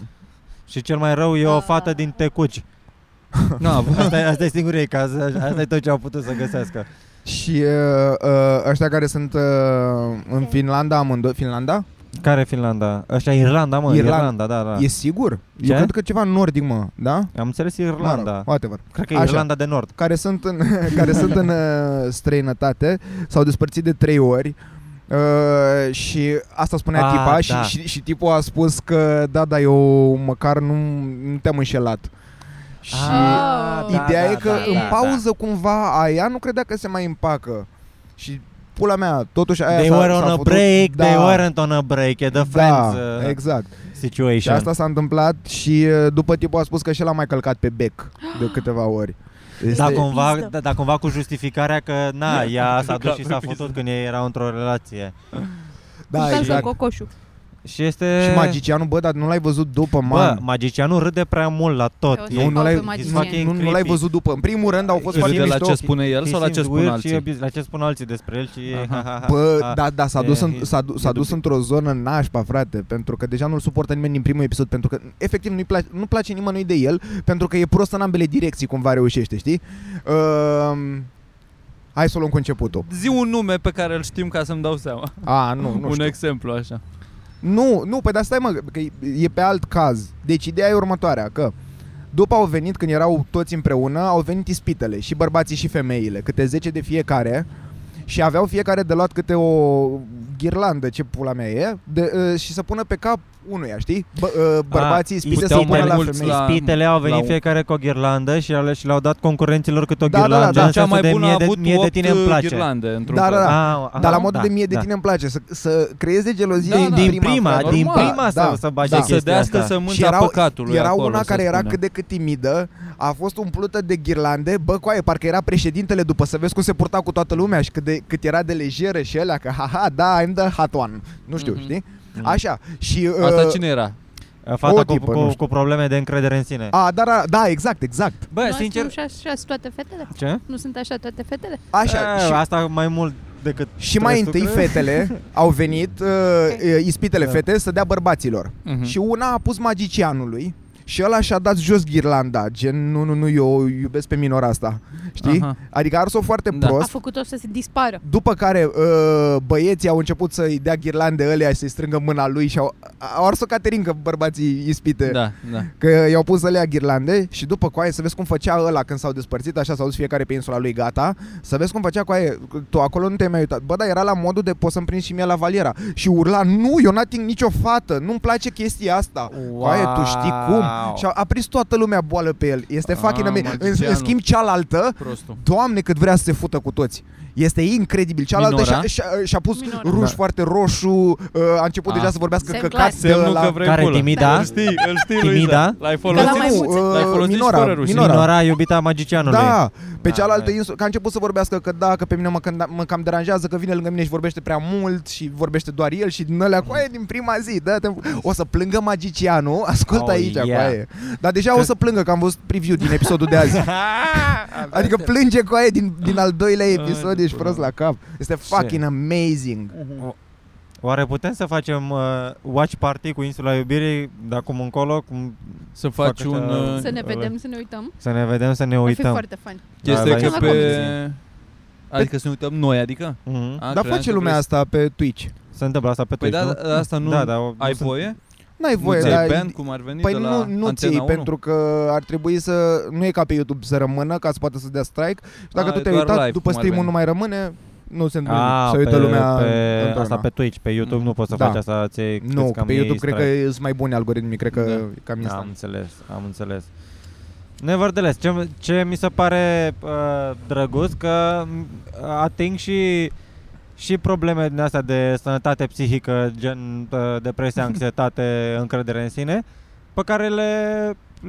B: Și cel mai rău e
A: Ah.
B: o fată din Tecuci. da.
C: Na,
B: Asta e, asta e singurul ei caz, asta e tot ce au putut să găsească.
D: Și uh, uh, ăștia care sunt uh, în Finlanda amândoi, Finlanda?
B: Care Finlanda? Ăștia Irlanda, mă,
D: Irlanda.
B: Irlanda, da, da.
D: E sigur?
B: Ce?
D: Eu cred că ceva nordic, mă, da?
B: Am înțeles Irlanda.
D: Mă rog, whatever.
B: Cred că e
D: Așa.
B: Irlanda de Nord.
D: Care sunt în, care sunt în uh, străinătate, s-au despărțit de trei ori. Uh, și asta spunea
B: Ah,
D: tipa
B: da.
D: și, și, și tipul a spus că da, da, eu măcar nu, nu te-am înșelat. Și
A: Ah, da,
D: ideea e că în
A: da,
D: pauză cumva aia nu credea că se mai împacă. Și pula mea, totuși aia
B: They
D: s-a,
B: were
D: s-a
B: on a
D: făcut-
B: break,
D: da,
B: they weren't on a break, e the friends
D: da,
B: uh,
D: exact.
B: situation.
D: Și asta s-a întâmplat și uh, după tipul a spus că și l-a mai călcat pe bec de câteva ori.
B: da,
D: Este- Da.
B: cumva,
A: Pistă.
B: da, da, cumva cu justificarea că, na, ea s-a dus
C: Că
B: și s-a
C: pe pistă.
B: făcut când ei erau într-o relație.
A: Da,
D: da exact.
A: cocoșul.
B: Și este...
D: Și magicianul, bă, dar nu l-ai văzut după,
B: Bă,
D: man.
B: magicianul râde prea mult la tot.
A: Eu
B: E-
D: nu, nu,
A: Au
D: l-ai,
A: pe magician.
B: It's fucking
D: nu, nu l-ai
B: creepy.
D: văzut după. În primul rând au fost
B: Îi
D: foarte
C: de la
D: mișto.
C: ce spune el sau la
B: He
C: ce
B: seems
C: spun
B: weird Și,
C: alții?
B: abuz- la ce spun alții despre el și... e-
C: Aha.
B: ha, ha, ha.
D: Bă,
B: Ah,
D: da, da, s-a
B: e-
D: dus, în,
B: e-
D: s-a, du- s-a
B: e
D: dus
B: dubiu.
D: într-o zonă nașpa, frate, pentru că deja nu-l suportă nimeni din primul episod, pentru că efectiv nu-i place, nu place nimănui de el, pentru că e prost în ambele direcții, cumva reușește, știi? Uh, hai să o luăm cu începutul.
C: Zi un nume pe care îl știm ca să-mi dau seama.
D: A, nu, nu
C: un
D: știu.
C: exemplu așa.
D: Nu, nu, păi dar stai mă, că e- e pe alt caz. Deci ideea e următoarea, că după au venit, când erau toți împreună, au venit ispitele, și bărbații și femeile, câte 10 de fiecare, și aveau fiecare de luat câte o ghirlandă, ce pula mea e, de, uh, și să pună pe cap unuia, știi? Bă, uh, bărbații ispite să
B: Ah, puteau
D: pună
B: mai
D: la
C: mulți
D: femei.
C: la-
B: Ispitele au venit
C: la un-
B: fiecare cu o ghirlandă și, le- și le-au dat concurenților cât o
D: Da, da, da,
B: ghirlandă.
D: da.
B: în
C: Cea
B: sensul de
C: mai bună
B: mie
C: a
B: de,
C: avut
B: mie de
C: 8
B: tine îmi place.
C: ghirlande într-un
D: Da, da, da.
B: Ah,
D: Dar la
B: aha,
D: modul
B: da,
D: de mie de
B: da.
D: tine îmi place, să, să creeze gelozie
C: Da,
D: în
C: da.
B: Din prima,
D: față,
B: din
D: normal,
B: prima să, să bage
D: da.
C: Să
B: chestia
C: dea
B: asta.
D: Și
C: sământa
D: erau,
C: păcatului
D: era
C: acolo,
D: una
C: se
D: care era
C: spune.
D: cât de cât timidă, a fost umplută de ghirlande, bă, coaie, parcă era președintele după să vezi cum se purta cu toată lumea și cât, de, cât era de lejeră și alea, că haha, da, I'm the hot one. Nu știu,
C: Mhm.
D: știi?
B: Mhm.
D: Așa, și...
C: Asta
D: uh,
C: cine era?
B: Fata
D: O
B: cu,
D: tipă, nu
B: cu,
D: știu.
B: cu probleme de încredere în sine.
D: A, dar, a, da, exact, exact.
B: Bă,
A: nu
B: sincer...
A: Nu așa sunt toate fetele?
B: Ce?
A: Nu sunt așa toate fetele?
D: Așa,
C: Ah,
B: A,
D: și,
B: Asta mai mult decât...
D: și mai
B: restul,
D: întâi
B: cred.
D: fetele au venit, uh, ispitele
B: Da.
D: fete, să dea bărbaților.
C: Mhm.
D: Și una a pus magicianului și ăla și-a dat jos ghirlanda, gen, nu, nu, nu, eu o iubesc pe minora asta, știi?
C: Aha.
D: Adică a ars-o foarte
C: Da.
A: A
D: prost.
A: făcut-o să se dispară.
D: După care uh, băieții au început să-i dea ghirlande alea și să-i strângă mâna lui și au, au ars-o Caterin că bărbații ispite.
C: Da, da.
D: Că i-au pus alea ghirlande și după coaie să vezi cum făcea ăla când s-au despărțit, așa s-au dus fiecare pe insula lui, gata. Să vezi cum făcea coaie, tu acolo nu te-ai mai uitat. Bă, dar era la modul de poți să-mi prinzi și mie la valiera. Și urla, nu, eu n-ating nicio fată, nu-mi place chestia asta. Coaie, tu știi cum?
C: Wow.
D: Și a, a prins toată lumea boală pe el. Este
C: Ah,
D: fucking amazing. În, în
C: magicianul.
D: schimb cealaltă,
C: Prostul.
D: Doamne cât vrea să se fută cu toți. Este incredibil. Cealaltă
C: Minora?
D: și-a, și-a, și-a pus
A: Minora.
D: ruj
B: Da.
D: foarte roșu, uh, a început
C: Ah.
D: deja să vorbească
A: Semn
D: căcat
A: clar.
D: de
C: Semnul că
D: la...
C: vrei
B: Care,
C: pula.
B: timida?
C: Îl știi, îl știi, Luiza.
B: Timida?
C: L-ai
A: la mai
C: folosit?
A: mulți.
C: L-ai folosit și fără rușine.
D: Minora.
B: Minora, iubita magicianului.
D: Da, pe
B: Da,
D: cealaltă
B: da.
D: insulă, că a început să vorbească că da, că pe mine mă, când, mă cam deranjează, că vine lângă mine și vorbește prea mult și vorbește doar el și din alea coaie din prima zi. Da, o să plângă magicianul, ascultă
B: Oh,
D: aici,
B: yeah.
D: coaie. Dar deja o să plângă, că am văzut preview din episodul de azi. Adică plânge coaie din, din al doilea episod,
C: de
D: ești
C: pula
D: prost la cap. Este fucking amazing.
B: Oare putem să facem uh, watch party cu Insula Iubirii de acum încolo? Cum
C: Să faci
B: Facă
C: un...
B: așa-
C: uh,
A: Să ne vedem, să ne uităm.
B: să ne vedem, să ne
A: Ar fi
B: uităm.
A: foarte fain.
C: Chestia
B: Da,
C: că
A: la
C: pe...
B: Instagram.
C: Adică să ne uităm noi, adică?
B: Mhm.
C: A,
D: Dar
C: credeam
D: face
C: că
D: lumea
C: vrei-
D: asta pe Twitch.
B: Se întâmplă asta pe
C: Păi
B: Twitch,
C: da,
B: nu?
C: da, asta nu...
B: da, da, o-
C: Ai
B: nu sunt-
C: voie?
D: N-ai voie,
C: nu
D: dar...
C: ți-ai ban cum ar veni
D: Păi
C: de la
D: nu, nu
C: Antena
D: ții,
C: 1?
D: pentru că ar trebui să... Nu e ca pe YouTube să rămână, ca să poată să dea strike. Și dacă
C: A,
D: tu
C: e
D: te-ai
C: doar
D: uitat,
C: live,
D: după
C: cum ar
D: stream-ul nu
C: veni.
D: mai rămâne, nu se întâmplă
B: A, Ah,
D: nimic. Se
B: pe,
D: uită lumea
B: pe,
D: întotdeauna.
B: asta pe Twitch, pe YouTube nu poți să
D: Da.
B: faci asta, ți
D: Nu, că pe YouTube cred că sunt mai buni algoritmii, cred că
C: Da.
D: cam
B: Da, am
D: instant.
B: înțeles, am înțeles. Nevertheless, ce, ce mi se pare uh, drăguț că m, ating și și probleme din astea de sănătate psihică, gen uh, depresie, anxietate, încredere în sine, pe care le,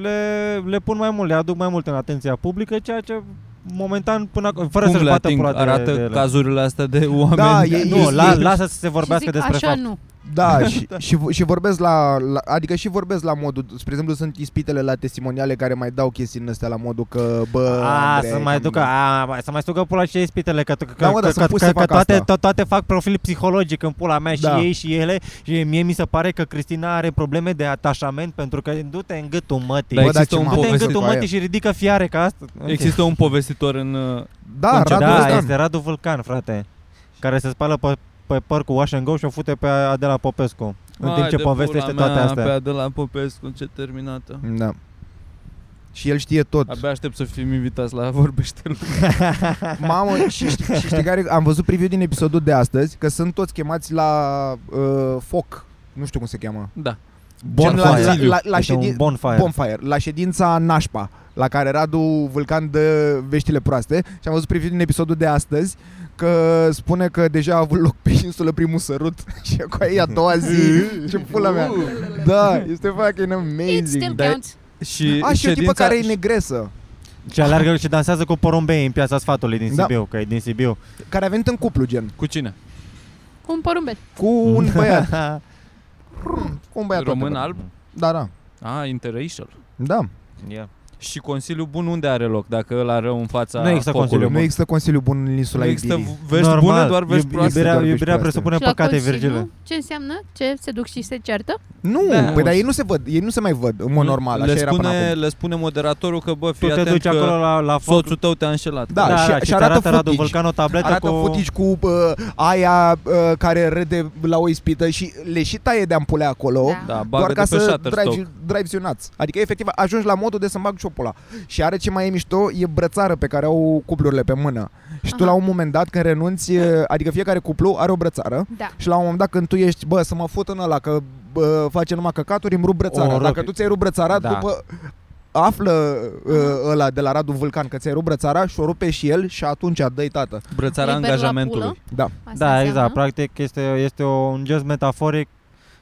B: le, le pun mai mult, le aduc mai mult în atenția publică, ceea ce momentan până ac- fără
C: Cum
B: să-și
C: le
B: bată
C: ating?
B: pula de,
C: Arată
B: de ele.
C: cazurile astea de oameni?
D: Da, e-
B: Nu,
D: e-
B: la,
D: e-
B: lasă să se vorbească
A: și zic,
B: despre
A: așa
B: fapt.
A: nu.
D: Da, și, și, și vorbesc la, la, adică și vorbesc la modul, spre exemplu sunt ispitele la testimoniale care mai dau chestii în astea la modul că, bă,
B: A,
D: Andrei,
B: să mai
D: cam-
B: ducă, a, mai- să mai sugă pula și ispitele, că, că,
D: Da, mă,
B: că,
D: dar sunt
B: că,
D: pus
B: că,
D: să
B: că
D: fac
B: toate,
D: asta.
B: to- toate fac profil psihologic în pula mea și
D: Da.
B: ei și ele și mie mi se pare că Cristina are probleme de atașament pentru că du-te în gâtul mătii.
C: Dar
D: Bă,
B: Du-te
D: da,
C: există
D: ce
C: un
D: m-am
B: în
C: povestit
D: povestit
B: gâtul
D: cu aia.
B: mătii și ridică fiare ca asta. Ok.
C: Există un povestitor în... uh,
D: Da,
C: Concediu.
D: Radu
B: Da,
D: Răzvan.
B: este Radu Vulcan, frate, care se spală pe, pe păr cu wash and go și o fute pe Adela Popescu. În timp
C: Hai
B: ce
C: de
B: povestește
C: pula mea,
B: toate astea.
C: Pe Adela Popescu, ce terminată.
D: Da. Și el știe tot.
C: Abia aștept să fim invitați la Vorbește Lumea.
D: Mamă, și știi, și știi care am văzut preview din episodul de astăzi că sunt toți chemați la uh, foc, nu știu cum se cheamă.
C: Da.
D: Gen, la, la,
B: Bonfire.
D: la, la,
B: Este un
D: ședin...
B: bonfire.
D: bonfire, la ședința nașpa, la care Radu Vulcan dă veștile proaste și am văzut preview din episodul de astăzi că spune că deja a avut loc pe insulă primul sărunt și acolo e a doua zi. Ce pula mea.
C: Uh.
D: Da, este fucking
A: It still
D: amazing.
C: Da.
A: counts.
C: Și
D: A, și o tipă
C: ședința-
D: care e negresă,
B: Și alergă și dansează cu porumbei în piața sfatului din
D: Da.
B: Sibiu, că e din Sibiu.
D: care a venit în cuplu, gen.
C: Cu cine?
A: Cu un porumbel.
D: Cu un
C: Da.
D: băiat. cu un băiat.
C: Român
D: tot.
C: alb?
D: Da, da.
C: Ah, interracial.
D: Da.
B: Yeah.
C: Și Consiliul Bun unde are loc? Dacă ăla rău în fața
B: Nu există
C: focului?
B: Consiliu
D: Nu
B: Bun.
D: există consiliu bun în insula
C: Nu există
D: Iubirii.
C: vești bune, doar vești
B: Iub-
C: proaste.
B: Iubirea,
D: doar vești
B: iubirea
D: proaste.
B: presupune
A: și la
B: păcate,
A: Consiliu,
B: Virgile.
A: ce înseamnă? Ce se duc și se certă?
D: Nu,
C: Da.
D: păi dar ei nu se văd, ei nu se mai văd în mod normal,
C: le
D: așa era până
C: spune,
D: acum.
C: le spune moderatorul că, bă,
B: Tu
C: fii
B: te
C: atent
B: duci
C: că
B: acolo la, la foc.
C: soțul tău te-a înșelat.
D: Da, și-
B: da,
D: și
B: ți
D: arată
B: arată Radu
D: footage.
B: Vulcan o tabletă
D: Arată
B: cu...
D: footage cu bă, aia bă, care râde la o ispită și le și taie de ampulea acolo.
A: Da.
C: Da, bagă
D: Doar
C: de
D: ca
C: pe
D: să
C: Shutterstock.
D: drive, drive nuts. Adică efectiv ajungi la modul de să-mi bag ciopula Și are ce mai e mișto, e brățară pe care au cuplurile pe mână Și tu
A: Aha.
D: la un moment dat când renunți e, Adică fiecare cuplu are o brățară
A: Da.
D: Și la un moment dat când tu ești, bă, să mă fut în ăla că bă, face numai căcaturi, îmi rup brățara.
B: O rupi.
D: Dacă tu ți-ai rupt brățara,
B: Da.
D: da. după află uh, ăla de la Radu Vulcan că ți-ai rupt brățara și o rupe și el și atunci dă tată.
C: Brățara
A: Liber la
C: angajamentului.
A: pulă?
D: Da.
A: Asta
B: Da,
A: înseamnă?
B: exact. Practic este, este o, un gest metaforic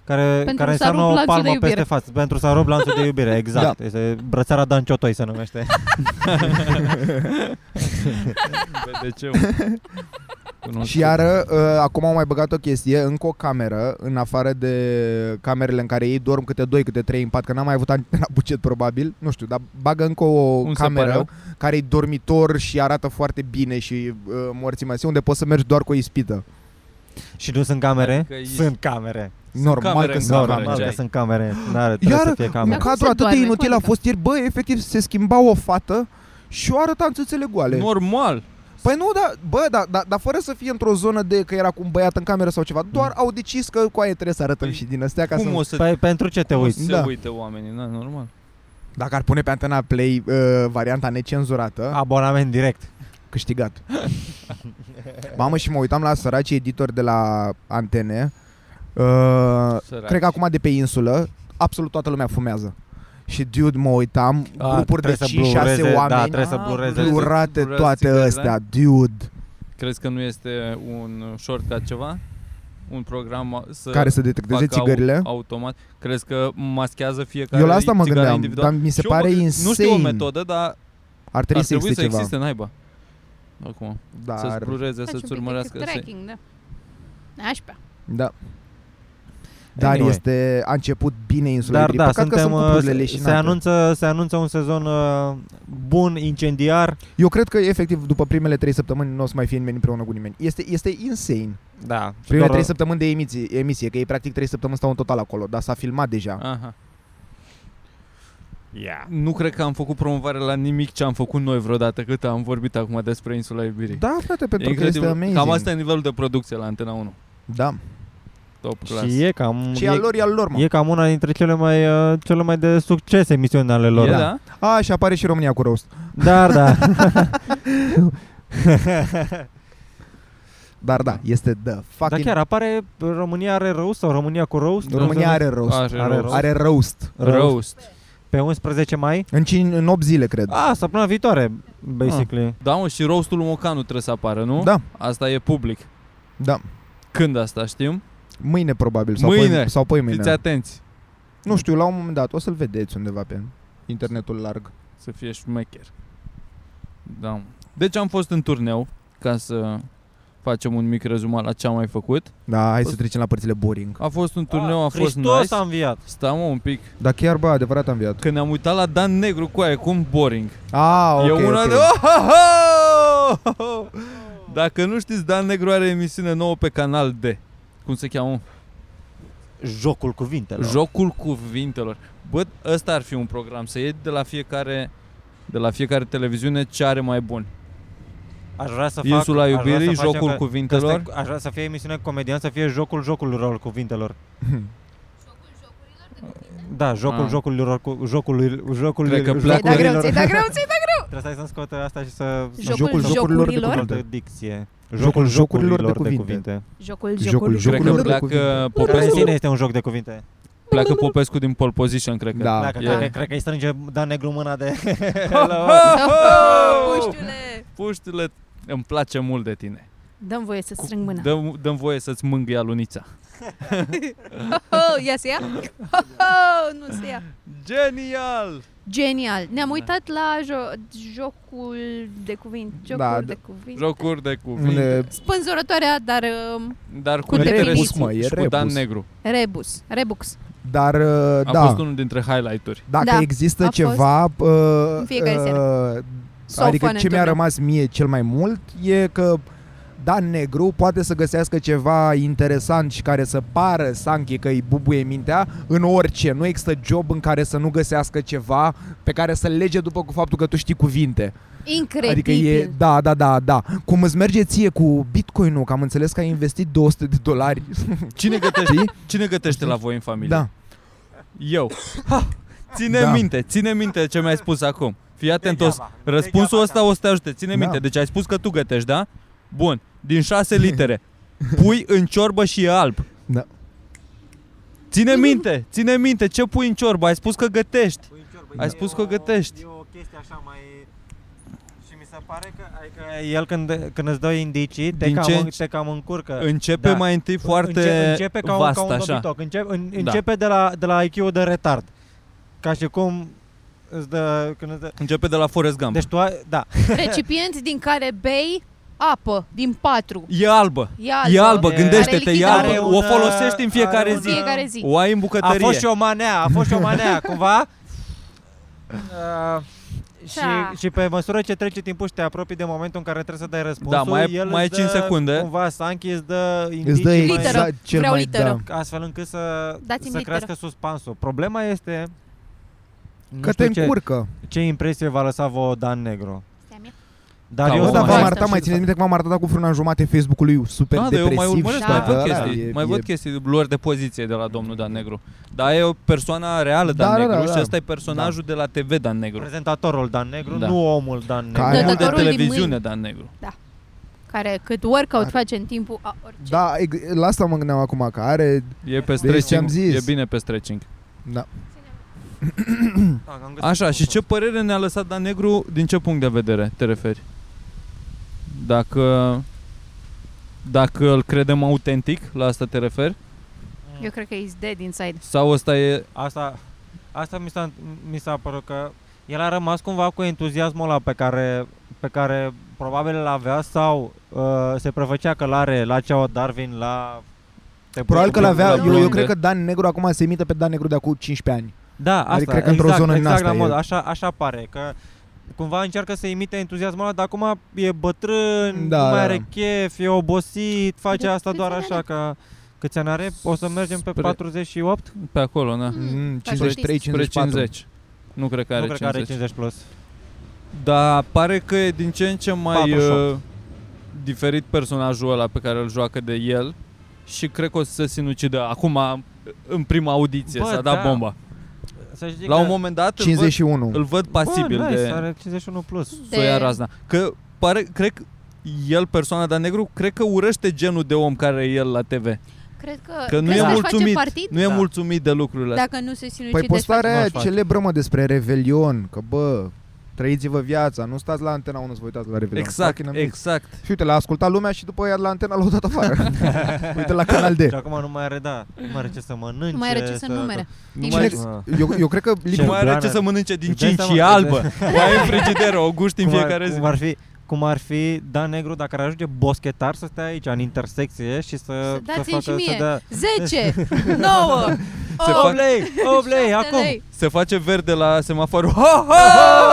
B: care,
A: Pentru
B: care
A: să
B: înseamnă
A: rup
B: o
A: lanțul de
B: palmă
A: iubire.
B: peste față. Pentru să rup lanțul de iubire, exact. Da. Este brățara Dan Ciotoi se numește.
C: De ce? Cunosc.
D: Și iară, uh, acum au mai băgat o chestie, încă o cameră, în afară de camerele în care ei dorm câte 2, câte 3 în pat, că n-am mai avut antena la buget probabil, nu știu, dar bagă încă o
C: Un
D: cameră
C: separeu.
D: care e dormitor și arată foarte bine și uh, morții măsii, unde poți să mergi doar cu o ispită.
B: Și nu sunt camere?
C: Adică e-
B: Sunt camere.
D: Normal
C: camere
D: că
C: în
D: sunt
C: cameră,
D: camere.
B: Normal că
C: Jai.
B: sunt camere. N-are, trebuie
D: Iar-
B: să fie
D: Un
B: camere.
A: Acum se
D: cadru atât de
A: doarme,
D: inutil
A: cum
D: a
A: adică?
D: fost ieri, bă, efectiv se schimba o fată și o arăta în țâțele goale.
C: Normal.
D: Păi nu, dar, bă, dar da, da, fără să fie într-o zonă de că era cu un băiat în cameră sau ceva, doar au decis că cu aia trebuie să arătăm
C: Păi,
D: și din astea ca să...
C: Cum o să
B: Păi pentru ce te
C: cum o
B: uiți?
C: să se
D: Da.
C: uite oamenii? Da, normal.
D: Dacă ar pune pe antena Play uh, varianta necenzurată, a
B: Abonament direct.
D: câștigat. Mamă, și mă uitam la săracii editori de la antene. Uh,
C: Săraci.
D: cred că acum de pe insulă, absolut toată lumea fumează. Și dude, mă uitam,
B: A,
D: grupuri de
B: trebuie să
D: 5-6
B: blureze, da,
D: oameni,
B: trebuie să
C: Ah,
B: blureze.
C: blureze.
D: blurate
C: Blureze
D: toate
C: țigările.
D: astea, dude,
C: Crezi că nu este un shortcut ceva? Un program a-
B: Da.
C: să
D: care să detecteze
C: facă au-
D: țigările.
C: automat. Crezi că maschează fiecare
D: Eu la asta mă
C: țigară
D: gândeam,
C: individual?
D: dar mi se
C: Și eu mă-
D: pare
C: Nu știu o
D: insane.
C: metodă, dar
D: Ar
C: ar
D: trebui să
C: trebui
D: existe
C: să
D: ceva.
C: existe naiba. Acum, să
D: Dar...
C: splureze,
A: Faci un pic
C: să-ți
A: de
C: urmărească. să-
A: Tracking, da. Nașpa.
D: Da. Dar
B: Anyway.
D: este, a început bine insula
B: Dar
D: Iubirii.
B: da,
D: Păcat
B: suntem,
D: că sunt cuplurile
B: uh, se,
D: leșinate.
B: se, anunță, se anunță un sezon uh, bun, incendiar.
D: Eu cred că efectiv după primele 3 săptămâni nu o să mai fie nimeni împreună cu nimeni. Este, este insane.
B: Da.
D: Primele 3 săptămâni de emisie, emisie, că ei practic 3 săptămâni stau în total acolo, dar s-a filmat deja.
C: Aha.
B: yeah.
C: Nu cred că am făcut promovare la nimic ce am făcut noi vreodată, cât am vorbit acum despre insula Iubirii.
D: Da, frate,
C: E
D: pentru că
C: incredibil.
D: este amazing.
C: Cam asta e nivelul de producție la Antena 1.
D: Da.
C: Top class.
B: Și e cam,
D: Și
B: e,
D: al lor, e al lor, mă.
B: e cam una dintre cele mai, uh, cele mai de succes emisiuni ale lor.
C: E, da?
D: A, și apare și România cu roast.
B: Dar da.
D: Dar da, este the
B: Dar
D: fucking...
B: chiar apare România are roast sau România cu roast?
D: România are roast.
C: Are,
B: Are
C: roast.
D: Are roast.
C: roast.
B: Pe 11 mai?
D: În, cin- în 8 zile, cred.
B: A, săptămâna viitoare, basically.
C: Da, mă, și roastul lui Mocanu trebuie să apară, nu?
D: Da,
C: Asta e public.
D: da.
C: Când asta știm?
D: Mâine probabil sau
C: Mâine.
D: Poi, sau poi mâine.
C: Fiți atenți
D: Nu știu, la un moment dat o să-l vedeți undeva pe internetul larg.
C: să fie șmecher. Da. mă. Deci am fost în turneu ca să facem un mic rezumat la ce am mai făcut.
D: Da, hai să trecem la părțile boring.
C: A fost un turneu, a, fost
B: Ah, Hristos
C: nice.
B: a înviat.
C: Stai mă un pic.
D: Dar chiar, bă, adevărat am viat.
C: Când ne-am uitat la Dan Negru cu aia, cum boring.
D: A, Ah, ok,
C: e una
D: ok.
C: de... Oh, ho, ho! Dacă nu știți, Dan Negru are emisiune nouă pe canal D. Cum se cheamă?
B: Jocul
D: Da.
B: cuvintelor.
C: Jocul cuvintelor. Bă, ăsta ar fi un program, să iei de la fiecare de la fiecare televiziune ce are mai bun.
B: Aș vrea să fac...
C: Insula
B: aș vrea să
C: iubirii,
B: facem
C: jocul
B: că- că
C: cuvintelor.
B: asta e- Aș vrea să fie emisiune comedian, să fie jocul jocurilor cuvintelor. Da, jocul
C: Ah.
B: jocurilor cu jocul jocul
C: Cred că
A: Ți-ai dat greu,
C: Jocurilor.
A: ți-ai dat greu, ți-ai dat
B: Trebuie să ai să-mi scot asta și să
A: greu.
C: Ah,
D: Jocul jocurilor de
B: jocul
D: cuvinte.
B: de dicție.
D: Jocul jocurilor de
A: Jocul,
D: Jocul
A: jocul,
C: Cred că
D: jocurilor de
C: pleacă
D: cuvinte.
B: Popescu. Pentru
C: Popescu,
B: tine este un joc de cuvinte.
C: pleacă Popescu din pole position, cred că.
D: Da.
B: Da, că
C: Ah, e-
B: cred, că- cred că îi strânge Dan Negru mâna de...
A: Oh, puștiule!
C: Puștule, îmi place mult de tine.
A: Dăm voie să strâng mâna.
C: Dăm, dăm voie să-ți mângâi alunița.
A: Oh, ia să ia? Oh, nu se ia.
C: Genial!
A: Genial. Ne-am
C: Da.
A: uitat la jo- jocul de cuvinte. Jocul
D: Da,
A: de cuvinte.
C: Jocuri de cuvinte.
D: Unde
A: Spânzurătoarea, dar um,
C: Dar cu
A: Cu
C: Peter
A: rebus,
C: Rebus,
D: mă, e
C: și cu Dan
D: rebus.
C: Negru.
A: rebus. Rebux.
D: Dar, uh,
C: A
D: da,
C: fost unul dintre highlight-uri.
D: dacă
A: Da, a
D: există
A: fost.
D: ceva... Uh,
A: În fiecare
D: uh,
A: Sau
D: Adică
A: fun
D: ce mi-a
A: într-una.
D: rămas mie cel mai mult e că Dan Negru poate să găsească ceva interesant și care să pară sanchi că îi bubuie mintea în orice. Nu există job în care să nu găsească ceva pe care să lege după cu faptul că tu știi cuvinte.
A: Incredibil.
D: Adică e, da, da, da, da. Cum îți merge ție cu Bitcoin-ul, că am înțeles că ai investit 200 de dolari.
C: Cine gătește, cine gătește la voi în familie?
D: Da.
C: Eu. Ține
D: Da.
C: minte, ține minte ce mi-ai spus acum. Fii atent, o, s-
B: Degeaba,
C: răspunsul
B: degeaba,
C: ăsta o să te ajute. Ține
D: Da.
C: minte, deci ai spus că tu gătești, da? Bun, din șase litere. Pui în ciorbă și e alb.
D: Da.
C: Ține minte, ține minte, ce pui în ciorbă? Ai spus că gătești. Ai
B: E
C: spus că o gătești.
B: E o chestie așa mai... Și mi se pare că, adică el când, când îți dă indicii, te
C: Din
B: cam,
C: ce în
B: în-
C: ce-
B: te cam încurcă.
C: Începe
B: Da.
C: mai întâi foarte
B: începe, începe ca,
C: vast,
B: un, ca un
C: așa. Da.
B: dobitoc. Începe, în, începe de, la, de la IQ-ul de retard. Ca și cum îți dă, când îți dă...
C: Începe de la Forrest Gump.
B: Deci tu ai, da,
A: Recipient din care bei apă din patru.
C: E albă.
A: E albă.
C: E albă,
B: E-
C: gândește-te, e
A: Are
C: albă.
B: lichidul.
C: O folosești în fiecare
B: Are
A: În
B: un-
C: zi.
A: fiecare zi.
C: O ai în
B: A
C: bucătărie.
B: fost și o manea, a fost și o manea, cumva. Uh,
A: Da.
B: și, și pe măsură ce trece timpul și te apropii de momentul în care trebuie să dai răspunsul,
C: Da, mai-
B: el
C: mai
B: îți
C: e cinci
B: dă
C: secunde.
B: Cumva Sanchi îți dă
D: Îți
B: indicii
D: dă
B: mai-
A: Literă.
D: exact cel
A: Vreau
D: mai
A: literă.
D: da.
B: astfel încât să,
A: Dați-mi
B: să
A: literă.
B: crească suspansul. Problema este nu
D: Că te
B: știu ce,
D: încurcă.
B: ce impresie va lăsa vă Dan Negro. Dar
C: Ca
B: eu
C: om,
D: Eu da,
B: sunt
A: mai-
D: v-am
B: mai...
D: arătat, mai țineți minte că m-am arătat cu frâna jumate Facebook-ului eu, super
C: Da, dar eu
D: depresiv.
C: mai urmăresc,
D: și
A: da,
C: mai
D: toate
C: văd
D: alea,
C: chestii,
D: e-
C: mai
D: e-
C: văd chestii luări de poziție de la domnul Dan Negru. Dar e o persoană reală Dan
D: Da, da,
C: Negru
D: da,
C: și
D: da.
C: ăsta e personajul de la TV Dan Negru.
B: Exact. Prezentatorul Dan Negru,
C: Da.
B: nu omul Dan Negru.
D: Care-
C: Omul de
A: Dătătorul din
C: televiziune
A: mâini.
C: Dan Negru.
A: Care cât workout
D: Are-
A: face în timpul a orice.
D: Da, ex- la asta mă gândeam acum, că are...
C: E pe
D: Deci
C: stretching,
D: ți-am zis.
C: e bine pe stretching.
D: Da.
B: Da, am găsit
C: Așa, și ce
B: răspunsul.
C: părere ne-a lăsat Dan Negru, din ce punct de vedere te referi? Dacă dacă îl credem autentic, la asta te referi?
A: Eu cred că he's dead inside.
C: Sau ăsta e
B: Asta, asta mi, s-a, mi s-a părut că el a rămas cumva cu entuziasmul ăla pe care, pe care probabil îl avea sau uh, se prefăcea că l-are la Ceo Darwin, la... Te
D: Probabil că
B: bucuri
D: l-avea,
B: la
D: eu, eu
C: blonde.
D: cred că Dan Negru acum se imită pe Dan Negru de acum 15 ani.
B: Da, asta,
D: cred că într-o
B: exact,
D: zonă din
B: exact,
D: asta
B: la mod,
D: e.
B: așa, așa pare, că cumva încearcă să imite entuziasmul ăla, dar acum e bătrân,
D: Da,
B: da, nu mai
D: da.
B: are chef, e obosit, face
A: Cât- Deci,
B: asta
A: câți
B: doar
A: ani
B: așa,
A: are?
B: că câți ani are? O să mergem pe
C: Spre-
B: 48?
C: pe acolo, na.
A: Mm,
D: Mm,
A: ca
D: 53,
A: artist.
C: Spre
D: 54.
C: 50. Nu cred că are
B: nu cred că are
C: 50.
B: 50 plus.
C: Dar pare că e din ce în ce mai
B: 48.
C: uh, diferit personajul ăla pe care îl joacă de el și cred că o să se sinucidă acum în prima audiție,
B: Bă,
C: s-a dat
B: da.
C: bomba.
B: Să știi
C: La
B: că-
C: un moment dat îl văd,
D: 51.
C: îl văd pasibil
B: Bă, nice,
C: de
B: are 51 plus.
C: soia razna. Că pare, cred că el, persoana de negru, cred că urăște genul de om care e el la TV.
A: Cred că,
C: Că nu
A: crezi
C: e
A: că își
C: mulțumit,
A: Face partid?
C: nu e
B: Da.
C: mulțumit de lucrurile astea.
A: Dacă nu se sinucide,
D: Păi
A: își face-
D: postarea aia
B: N-aș face.
D: celebră, mă, despre Revelion, că bă, trăiți-vă viața, nu stați la Antena 1 să vă uitați la Revelion.
C: Exact,
D: Păi da, Fucking amazing.
C: exact.
D: Și uite, l-a ascultat lumea și după aia la Antena l-a dat afară. uite la Canal D.
B: Și
C: Exact.
B: acum nu mai are, da, nu mai are ce să Ah. mănânce.
A: Nu mai are ce să
C: Păi
A: numere.
C: Nu
A: Cine-
C: mai,
D: Cine, eu, eu cred că
C: nu
D: lipsa
C: mai are
B: Blană.
C: ce să mănânce din
B: Îți dai
C: 5
B: seama-
C: e
B: îți dai-
C: albă. Mai în frigideră, o guști în
B: Cum ar-
C: fiecare zi.
B: Cum ar fi, cum ar fi Dan Negru dacă ar ajunge boschetar să stea aici, în intersecție și să,
A: Să dați-mi
B: să facă,
A: și mie. Oh,
B: să dea...
A: 10, 9, 8,
C: Se fac-
A: 7
B: 8 lei, 8 lei, acum!
A: lei.
C: Se face verde la semaforul. Ha, ha!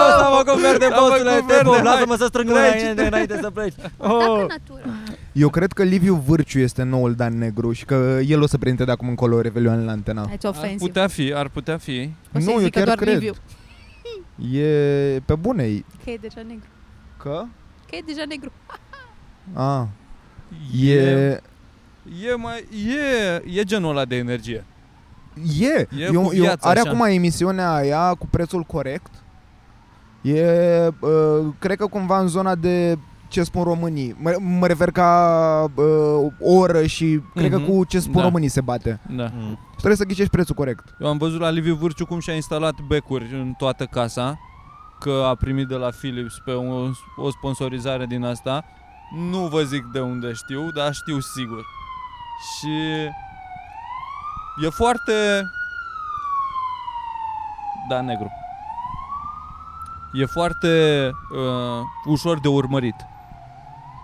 B: Oh, s-a făcut verde,
C: S-a
B: bosule,
C: făcut
B: te
C: verde,
B: pop,
C: hai.
B: lasă-mă să strâng mâna
C: Treci.
B: înainte, înainte să pleci.
A: Dacă
B: Oh.
A: natură.
C: Ah.
D: Eu cred că Liviu Vârciu este noul Dan Negru și că el o să prezinte de acum încolo Revelion la Antena.
A: It's
C: Ar
A: offensive.
C: putea fi, ar putea fi.
A: O să
D: Nu, eu
A: zică
D: chiar
A: doar
D: cred.
A: Liviu.
D: E pe bune
A: Că e deja negru.
D: Că?
A: Că e deja negru.
D: A, e...
C: E, mai, e, e genul ăla de energie.
D: E,
C: E
D: eu,
C: cu
D: eu,
C: viața,
D: are
C: așa.
D: acum emisiunea aia cu prețul corect. E, uh, cred că cumva în zona de ce spun românii. Mă, mă refer ca uh, oră și cred că
C: Mhm,
D: cu ce spun
C: da.
D: românii se bate.
C: Da.
B: Mm.
D: Și trebuie să ghicești prețul corect.
C: Eu am văzut la Liviu Vârciu cum și-a instalat becuri în toată casa, că a primit de la Philips pe o, o sponsorizare din asta. Nu vă zic de unde știu, dar știu sigur. Și e foarte... Da, negru. E foarte uh, ușor de urmărit.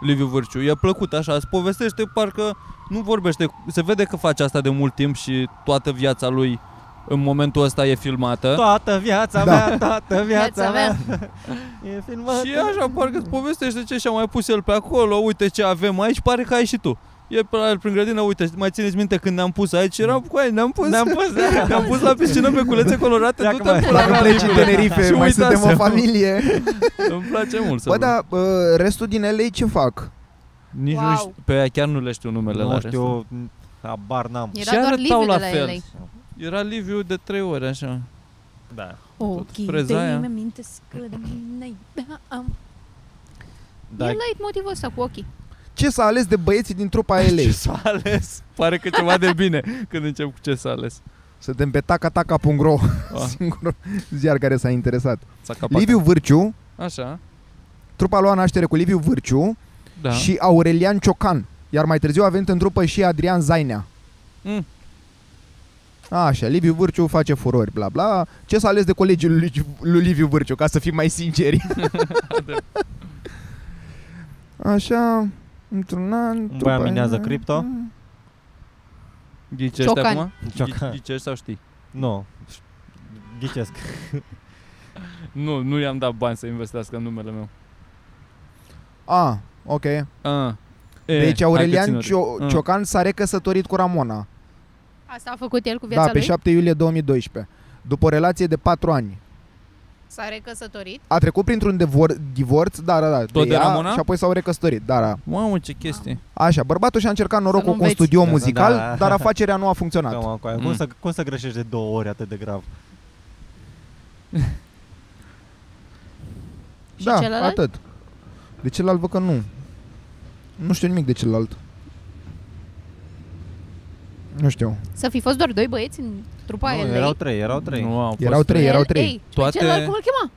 C: Liviu Vârciu. E plăcut așa, îți povestește, parcă nu vorbește. Se vede că face asta de mult timp și toată viața lui în momentul ăsta e filmată.
B: Toată viața
D: Da.
B: mea, toată
A: Viața
B: viața
A: mea.
B: mea. E filmat.
C: Și e așa, parcă îți povestește ce și-a mai pus el pe acolo, uite ce avem aici, pare că ai și tu. E pe la el prin grădină, uite, mai țineți minte când ne-am pus aici, era cu aia, ne-am pus,
B: Ne-am pus, da.
C: ne-am pus la piscină pe culețe colorate,
B: Dacă
C: du-te în
B: mai-
A: Da,
C: pula mea,
D: Dacă pleci în
C: Liviu.
D: Tenerife,
C: Și
D: mai
C: uitați-vă.
D: suntem o familie.
C: Îmi place mult să
D: Bă,
C: văd.
D: dar uh, restul din LA ce fac?
C: Nici
A: Wow.
C: nu știu, pe aia chiar nu le știu numele la
B: Nu
C: rest.
B: știu, habar n-am.
A: Era
C: Și
A: doar
C: arătau
A: Liviu
C: la
A: de la
C: fel.
A: LA.
C: Era Liviu de trei ori, așa.
B: Da.
A: Ochii
C: freza aia.
A: tăi mi minte scrâdă am.
B: Da,
A: E light motivul ăsta cu ochii.
D: Ce s-a ales de băieții din trupa LA?
C: Ce s-a ales? Pare că ceva de bine când încep cu ce s-a ales.
D: Suntem pe tacataca.ro,
C: Ah.
D: singurul ziar care s-a interesat.
C: Țacapaca.
D: Liviu Vârciu,
C: Așa,
D: trupa a luat naștere cu Liviu Vârciu
C: da.
D: și Aurelian Ciocan. Iar mai târziu a venit în trupă și Adrian Zainea.
C: Mm.
D: Așa, Liviu Vârciu face furori, bla bla. Ce s-a ales de colegii lui, lui Liviu Vârciu, ca să fim mai sinceri? Așa, într-un an...
B: băiat
D: după aia-
B: minează cripto.
C: Ghicești
A: Ciocani.
C: acum?
B: Ciocan.
C: Ghi- Ghicești sau știi?
B: Nu. Ghicesc.
C: Nu, nu i-am dat bani să investească în numele meu.
D: A, ok.
C: Ah. E,
D: Deci
C: hai
D: Aurelian
C: că țin
D: Cio-
C: Ah.
D: Ciocan s-a recăsătorit cu Ramona.
A: Asta a făcut el cu viața
D: Da, pe
A: lui?
D: 7 iulie 2012. După o relație de 4 ani.
A: S-a recăsătorit?
D: A trecut printr-un devor- divorț, da, da, da.
C: Tot de
D: ea
C: Ramona?
D: Și apoi s-au recăsătorit, da, da.
C: Mamă, ce chestie.
D: Așa, bărbatul și-a încercat
A: nu
D: norocul cu un
A: înveți.
D: studio
B: Da,
D: muzical,
B: da.
D: dar afacerea nu a funcționat.
B: Cam acolo. Cum,
C: Mm.
B: să, cum să greșești de două ori atât de grav?
A: Și
D: da,
A: celălalt?
D: atât. De celălalt văd că nu. Nu știu nimic de celălalt. Nu știu.
A: Să fi fost doar doi băieți în trupa
B: nu,
A: LA?
B: erau trei, erau trei.
C: Nu, au fost
D: Erau trei, erau
A: LA.
D: trei.
C: Toate-
A: Pe celălalt cum îl chema?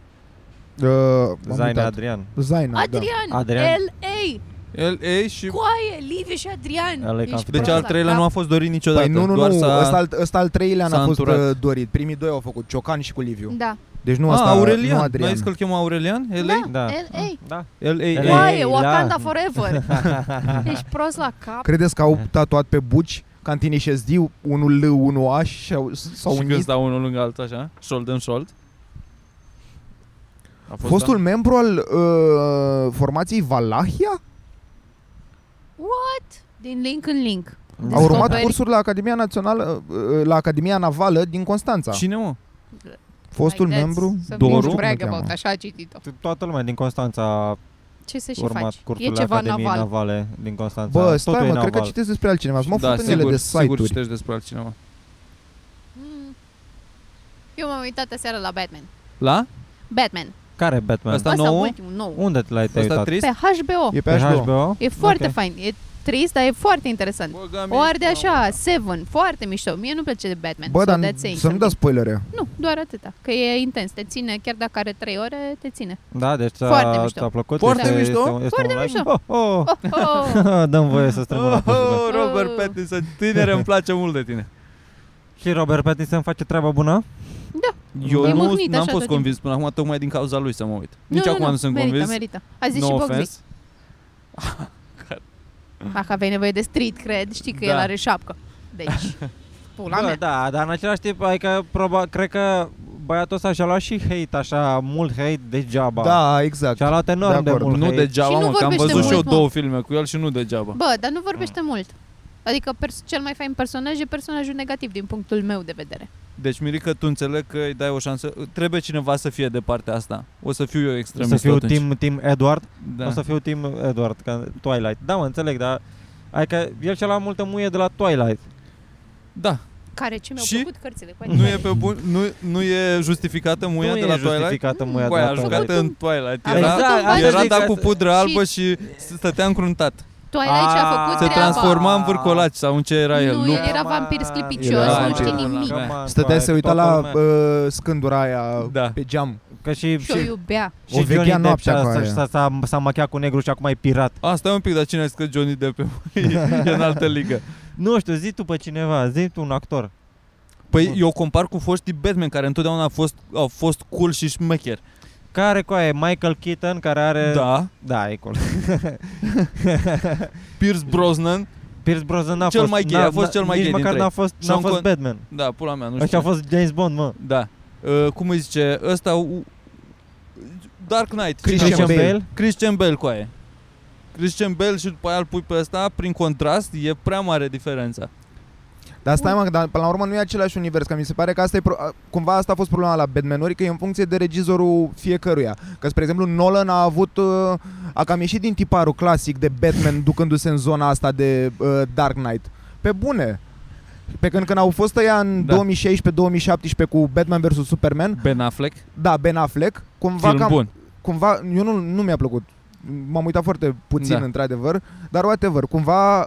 D: Uh, m-am
B: Zaina
D: uitat.
B: Adrian.
D: Zaina,
A: Adrian!
B: Adrian.
A: LA!
C: El, ei și...
A: Coaie, Liviu și Adrian!
B: LA
A: Ești
B: Confidential.
C: Deci
A: prost
C: al
A: la
C: treilea
A: cap.
C: nu a fost dorit
D: da.
C: niciodată.
D: Păi nu, nu,
C: doar
D: nu,
C: S-a...
D: ăsta, al, ăsta al treilea
C: s-a
D: n-a fost
C: înturat.
D: uh, dorit. Primii doi au făcut Ciocan și cu Liviu.
A: Da.
D: Deci nu
C: Ah,
D: asta,
C: Aurelian.
D: nu
C: N-ai
D: Adrian.
C: zis că îl chema Aurelian? LA?
B: Da.
A: LA.
B: Da.
C: LA.
B: LA.
A: Coaie,
B: la-
A: Wakanda forever! Ești prost la cap.
D: Credeți că au tatuat pe buci Cantini și Zdiu, unul L, unul A și au- s-au
C: și când
D: unit?
C: stau unul lângă altul așa, shoulder în shoulder. A fost da.
D: Fostul membru al uh, formației Valahia
A: What? Din link în link.
D: a urmat
A: Descoperi.
D: cursuri la Academia Națională, uh, uh, la Academia Navală din Constanța.
C: da. Cine mă?
D: Fostul
A: Haideți
D: membru
A: să
C: Doru?
A: nu
D: Cum
A: brag
D: îl cheamă?
A: about, așa a citit-o.
B: Toată lumea din Constanța a
A: Ce să și
B: urmat
A: faci?
B: cursul
A: E ceva
B: Academiei
A: naval.
B: Navale din Constanța.
D: Bă,
B: Totul e
D: stai mă, cred că
B: naval.
D: citesc despre altcineva.
C: da,
D: Mă fut în ele
C: sigur,
D: de
C: sigur
D: site-uri.
C: citești despre altcineva.
A: Mm. Eu m-am uitat aseară la Batman.
C: La?
A: Batman.
B: Care Batman?
D: Da,
C: Asta-
A: Asta
C: nouă?
A: ultimul, nou.
B: Unde te l-ai te-ai
C: Ăsta
B: uitat?
A: Pe
C: trist?
A: HBO.
D: E pe
B: Pe
D: HBO.
B: HBO?
A: E foarte
B: Ok.
A: fain. E trist, dar e foarte interesant.
C: Băga
A: O
C: mie,
A: arde
C: mamă, da.
A: așa, Seven, foarte mișto. Mie nu-mi place de Batman.
D: Bă,
A: so
D: dar
A: that's saying
D: să nu
A: something.
D: dați spoilere.
A: Nu, doar atâta. Că e intens, te ține, chiar dacă are 3 ore, te ține.
B: Da, deci
A: Foarte
B: ți-a,
A: mișto.
B: ți-a plăcut?
C: Foarte
B: este,
C: mișto?
B: Este, un- este
A: Foarte
B: un live?
A: mișto.
B: Oh, oh.
A: Oh, oh.
B: Dăm voie să strâmbă
C: Oh,
B: oh.
C: oh, Robert Pattinson, tânere, îmi place mult de tine.
B: Și Robert Pattinson face treaba bună?
C: Eu
A: E
C: nu
A: mâhnit
C: n-am
A: așa
C: fost
A: tot
C: convins până acum, tocmai din cauza lui să mă uit. Nici
A: nu,
C: acum
A: nu,
C: nu sunt
A: merită,
C: convins.
A: Merită, A zis
C: no
A: și Bogdan.
C: offense.
A: Dacă aveai nevoie de street cred, știi că
C: Da.
A: el are șapcă. Deci, pula
B: Bă,
A: mea.
B: da, dar în același timp, adică, proba, cred că băiatul ăsta și-a luat și hate, așa, mult hate degeaba.
D: Da, exact.
B: Și-a luat enorm
D: De
B: de,
D: acord.
B: mult
C: Nu
B: hate.
A: Și nu
C: degeaba, mă, că am
A: vorbește
C: văzut și eu
A: mult, mă.
C: două filme cu el și nu degeaba.
A: Bă, dar nu vorbește
C: Mm.
A: mult. Adică pers- cel mai fain personaj e personajul negativ din punctul meu de vedere.
C: Deci, Mirica, tu înțeleg că îi dai o șansă. Trebuie cineva să fie de partea asta. O să fiu eu
B: O să
C: extremist
B: fiu
C: atunci.
B: team, team Edward,
C: Da.
B: o să fiu team Edward, ca Twilight. Da, mă, înțeleg, dar adică el și-a luat multă muie de la Twilight.
C: da.
A: Care ce mi-au
C: Și?
A: făcut cărțile cu
C: Nu e pe bun, nu, nu e justificată muia
B: nu
C: de la
B: e
C: Twilight.
B: justificată muia de
C: Coaia
B: la
A: jucat
B: Twilight.
C: jucată în Twilight.
A: Am
C: Era,
A: făcut un
B: asta
A: bani.
C: era
B: Exact. zic,
C: da cu
B: asta-
C: pudră
A: Și-
C: albă și stătea încruntat.
A: Twilight și-a
B: Ah,
A: făcut
C: Se
A: treaba.
C: transforma în vârcolaci sau în ce era el.
A: Nu,
C: Nu,
A: era
B: Come on.
A: vampir sclipicios,
D: nu știe
A: nimic.
D: Stătea să uita
B: toată
D: la
B: lumea.
D: uh, scândura aia
C: Da.
D: pe geam.
B: Că și,
A: Și o
B: și,
A: iubea.
B: și
D: O vechea
B: Johnny Depp
D: noaptea cu
B: s-a,
D: aia.
B: s-a, s-a, s-a machiat cu negru și acum e pirat.
C: Asta e un pic, dar cine a zis că Johnny Depp e e în altă ligă?
B: Nu știu, zi tu pe cineva, zi tu un actor.
C: Păi eu compar cu foștii Batman, care întotdeauna a fost, au fost cool și șmecher.
B: Care cu aia e Michael Keaton, care are...
C: Da,
B: Da, e acolo.
C: Pierce Brosnan,
B: Pierce Brosnan n-a
C: Cel
B: fost...
C: mai gay,
B: n-a-
C: a fost cel mai
B: nici
C: gay
B: măcar
C: dintre
B: n-a fost, n-a
C: Sean
B: fost
C: Con-
B: Batman.
C: da, pula mea, nu știu.
B: Ăștia a fost James Bond, mă.
C: Da. Uh, cum îi zice? Ăsta... u- Dark Knight.
D: Christian
C: Cine a fost?
B: Bale.
C: Christian Bale cu aia. Christian Bale și după aia îl pui pe ăsta, prin contrast, e prea mare diferența.
D: Dar stai mă, că, dar până la urmă nu e același univers, că mi se pare că asta e pro- a- cumva asta a fost problema la Batmanuri, că e în funcție de regizorul fiecăruia. Că, spre exemplu, Nolan a avut, uh, a cam ieșit din tiparul clasic de Batman ducându-se în zona asta de uh, Dark Knight. Pe bune! Pe când, când au fost ăia în
C: Da.
D: da. 2016-2017 cu Batman vs. Superman,
C: Ben Affleck,
D: da, Ben Affleck, cumva
C: film
D: cam,
C: bun.
D: cumva, eu nu, nu mi-a plăcut. M-am uitat foarte puțin,
C: Da.
D: da. într-adevăr, dar whatever, cumva uh,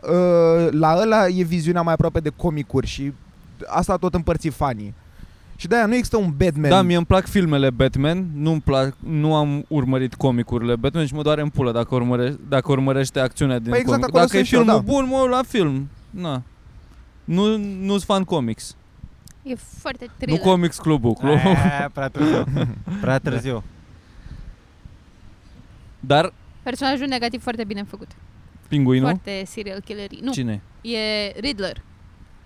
D: la ăla e viziunea mai aproape de comicuri și asta tot împărți fanii. Și de-aia nu există un Batman.
C: Da, mie îmi plac filmele Batman, nu-mi plac, nu am urmărit comicurile Batman și mă doare în pulă dacă, urmăre, dacă urmărește acțiunea din
D: Păi exact
C: comic.
D: acolo
C: Dacă e
D: sunt și eu,
C: filmul
D: da.
C: bun, mă uit la film. Na. Nu, nu-s fan comics.
A: E foarte
C: Nu
A: thriller.
C: comics clubul. clubul.
D: Eh.
B: Eh, Aia, Prea târziu. Prea târziu.
C: Dar
A: Personajul negativ foarte bine făcut.
C: Pinguinul?
A: Foarte serial killer. Nu,
C: Cine?
A: e Riddler.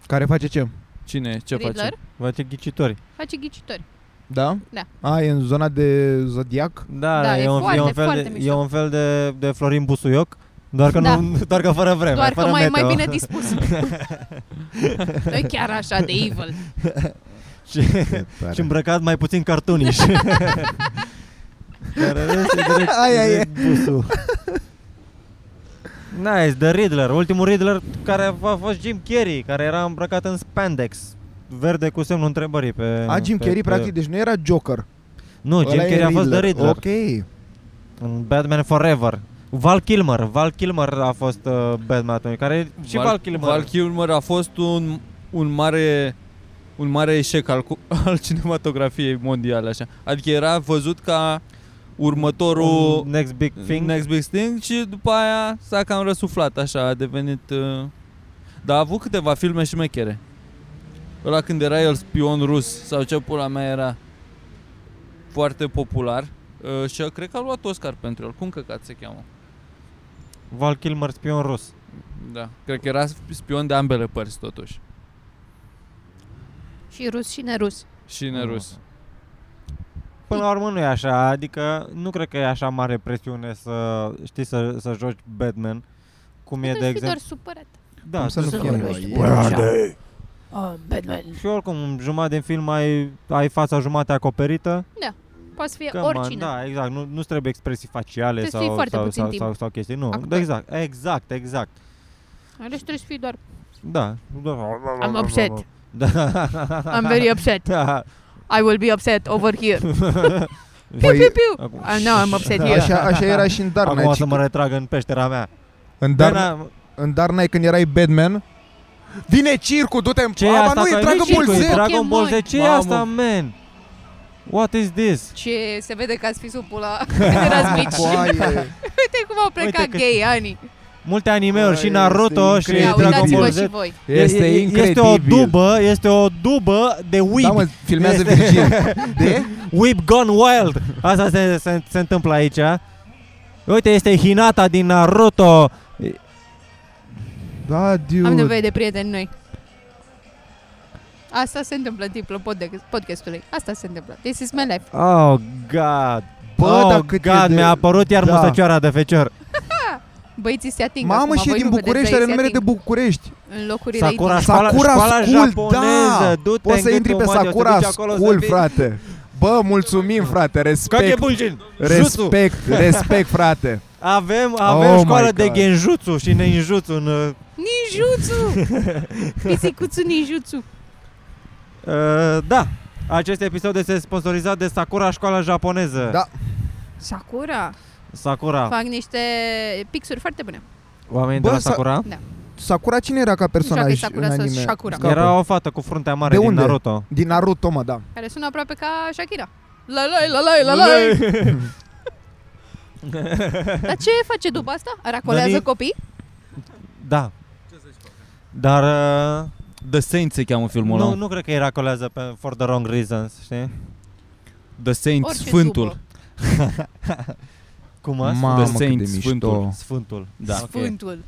D: Care face ce?
C: Cine? Ce
A: Riddler
C: face?
A: face?
B: Face ghicitori.
A: ghicitori.
D: Da?
A: Da.
D: A, e în zona de zodiac?
B: Da,
A: Da,
B: e,
A: e
B: un,
A: foarte,
B: e un fel,
A: foarte
B: de,
A: mișto.
B: e un fel de, de Florin Busuioc, doar că,
A: Da.
B: nu, doar că fără vreme,
A: Doar
B: fără
A: că mai, mai
B: meteo.
A: bine dispus. nu e chiar așa de evil.
B: și, și îmbrăcat mai puțin cartuniș. Dar în rest e direct,
D: Aia e.
B: direct busul. Nice, The Riddler, ultimul Riddler care a- a fost Jim Carrey, care era îmbrăcat în spandex verde cu semnul întrebării pe...
D: A, Jim
B: pe-
D: Carrey,
B: pe-
D: practic, deci nu era Joker.
B: Nu, Jim
D: Ăla e
B: Carrey a fost The Riddler.
D: Ok.
B: În Batman Forever. Val Kilmer, Val Kilmer a fost uh, Batman atunci, care și Val, Kilmer.
C: Val Kilmer a fost un, un mare un mare eșec al, cu- al cinematografiei mondiale așa. Adică era văzut ca următorul
B: Un Next Big Thing.
C: Next Big Thing și după aia s-a cam răsuflat așa, a devenit... Uh... Dar a avut câteva filme și mechere. Ăla când era el spion rus sau ce pula mea era foarte popular uh, și cred că a luat Oscar pentru el. Cum căcat se cheamă?
B: Val Kilmer, spion rus.
C: Da. Cred că era sp- spion de ambele părți totuși.
A: Și rus și nerus.
C: Și nerus.
B: Până la urmă nu e așa, adică nu cred că e așa mare presiune să știi să, să joci Batman. Cum e
A: Mie
B: de
A: de fi doar
B: exemplu.
A: supărat.
B: Da,
D: Cum să nu
B: tu-
D: fie, mă,
B: vorbești
D: e-
B: până așa.
A: Oh, Batman.
B: Și oricum, jumătate din film ai, ai fața jumate acoperită.
A: Poate să fie
B: Că,
A: oricine.
B: Man, da, exact. Nu, nu trebuie expresii faciale
A: Trebuie să
B: sau,
A: fii foarte
B: sau,
A: puțin
B: sau,
A: timp.
B: sau, sau, chestii. Nu,
A: Acoperi.
B: exact, exact, exact.
A: În rest trebuie să fii doar...
B: Da.
A: I'm upset.
B: Da.
A: I'm very upset.
B: Da.
A: I will be upset over here. Piu,
D: Păi,
A: piu, piu.
B: Acum-
A: Ah, no, I'm upset here.
D: Așa, așa era și în Dark
B: Acum o
D: Knight.
B: să
D: și
B: mă
D: când-
B: retrag în peștera mea. Păi,
D: În Dark,
B: Dar
D: în Dark Knight când erai Batman Vine circul, du-te în
B: ce e asta?
D: nu,
B: că
D: e Dragon
A: circul,
D: Ball
B: e
A: Pokémon.
D: Z
B: Dragon Ball Z. Ce e
C: Mamă.
B: asta, man? What is this?
A: Ce se vede că ați fi supul la când erați mici.
D: Coaie.
A: Uite cum au plecat
B: Uite că-
A: gay ani.
B: Multe anime-uri
D: Bă,
B: și Naruto
D: este
B: și
D: incredibil.
A: Ia, uitați-vă
B: Dragon Ball
A: și
B: Z.
A: voi.
B: E-
D: Este
B: e- Este o dubă, este o dubă de
D: Da, mă,
B: Weeb.
D: filmează
B: Este-
D: Virgil De?
B: Weeb gone wild. Asta se, se, se întâmplă aici. Uite, este Hinata din Naruto.
D: Da,
A: Am
D: dude
A: nevoie de prieteni noi. Asta se întâmplă în timpul pod- podcastului. Asta se întâmplă. This is my life.
B: Oh, God.
D: Bă,
B: oh,
D: dar cât e
B: God,
D: de-
B: mi-a apărut iar
D: Da.
B: mustăcioara de fecior.
A: Băieții se ating
D: Mamă,
A: acum,
D: și e
A: voi
D: din
A: nu vedeți,
D: București,
A: dar
D: are
A: ei se
D: numere de
A: ating.
D: București
A: În locurile
B: Sakura,
A: ei.
B: școala,
D: Sakura
B: școala
D: School, da!
B: japoneză. Du-te
D: Poți
B: în
D: să intri pe
B: gâtul, mă, eu te
D: Sakura
B: duci acolo să
D: School,
B: fii-
D: frate Bă, mulțumim, frate,
B: Kage
D: respect
B: Bunshin. Jutsu.
D: Respect, respect, frate
B: Avem, avem
D: Oh
B: oh
D: my
B: școală de
D: God.
B: genjutsu și ninjutsu în uh,
A: Ninjutsu! Pisicuțu ninjutsu.
B: Uh, da. Acest episod este sponsorizat de Sakura Școala Japoneză.
D: Da.
A: Sakura.
B: Sakura.
A: Fac niște pixuri foarte bune.
B: Oamenii
D: Bă,
B: de la
D: sa-
B: Sakura.
D: Sakura cine era ca
A: Joacă
D: personaj
A: Sakura
D: în
A: sau
D: anime?
A: Shakura.
D: Scapă.
B: Era o fată cu fruntea mare
D: De
B: din
D: unde?
B: Naruto.
D: Din Naruto, mă, da
A: Care sună aproape ca Shakira. La la la la la la. Dar ce face după asta? Racolează
B: Nani?
A: copii?
B: da. Dar uh,
C: The Saint se cheamă filmul
B: nu,
C: ăla.
B: nu cred că era colează pe For the Wrong Reasons, știi?
C: The Saint,
A: Orice
C: Sfântul.
A: dubă.
B: Cum a?
D: Mamă, cât de
C: Saint,
D: mișto
C: Sfântul.
B: Sfântul.
C: Da.
A: Sfântul.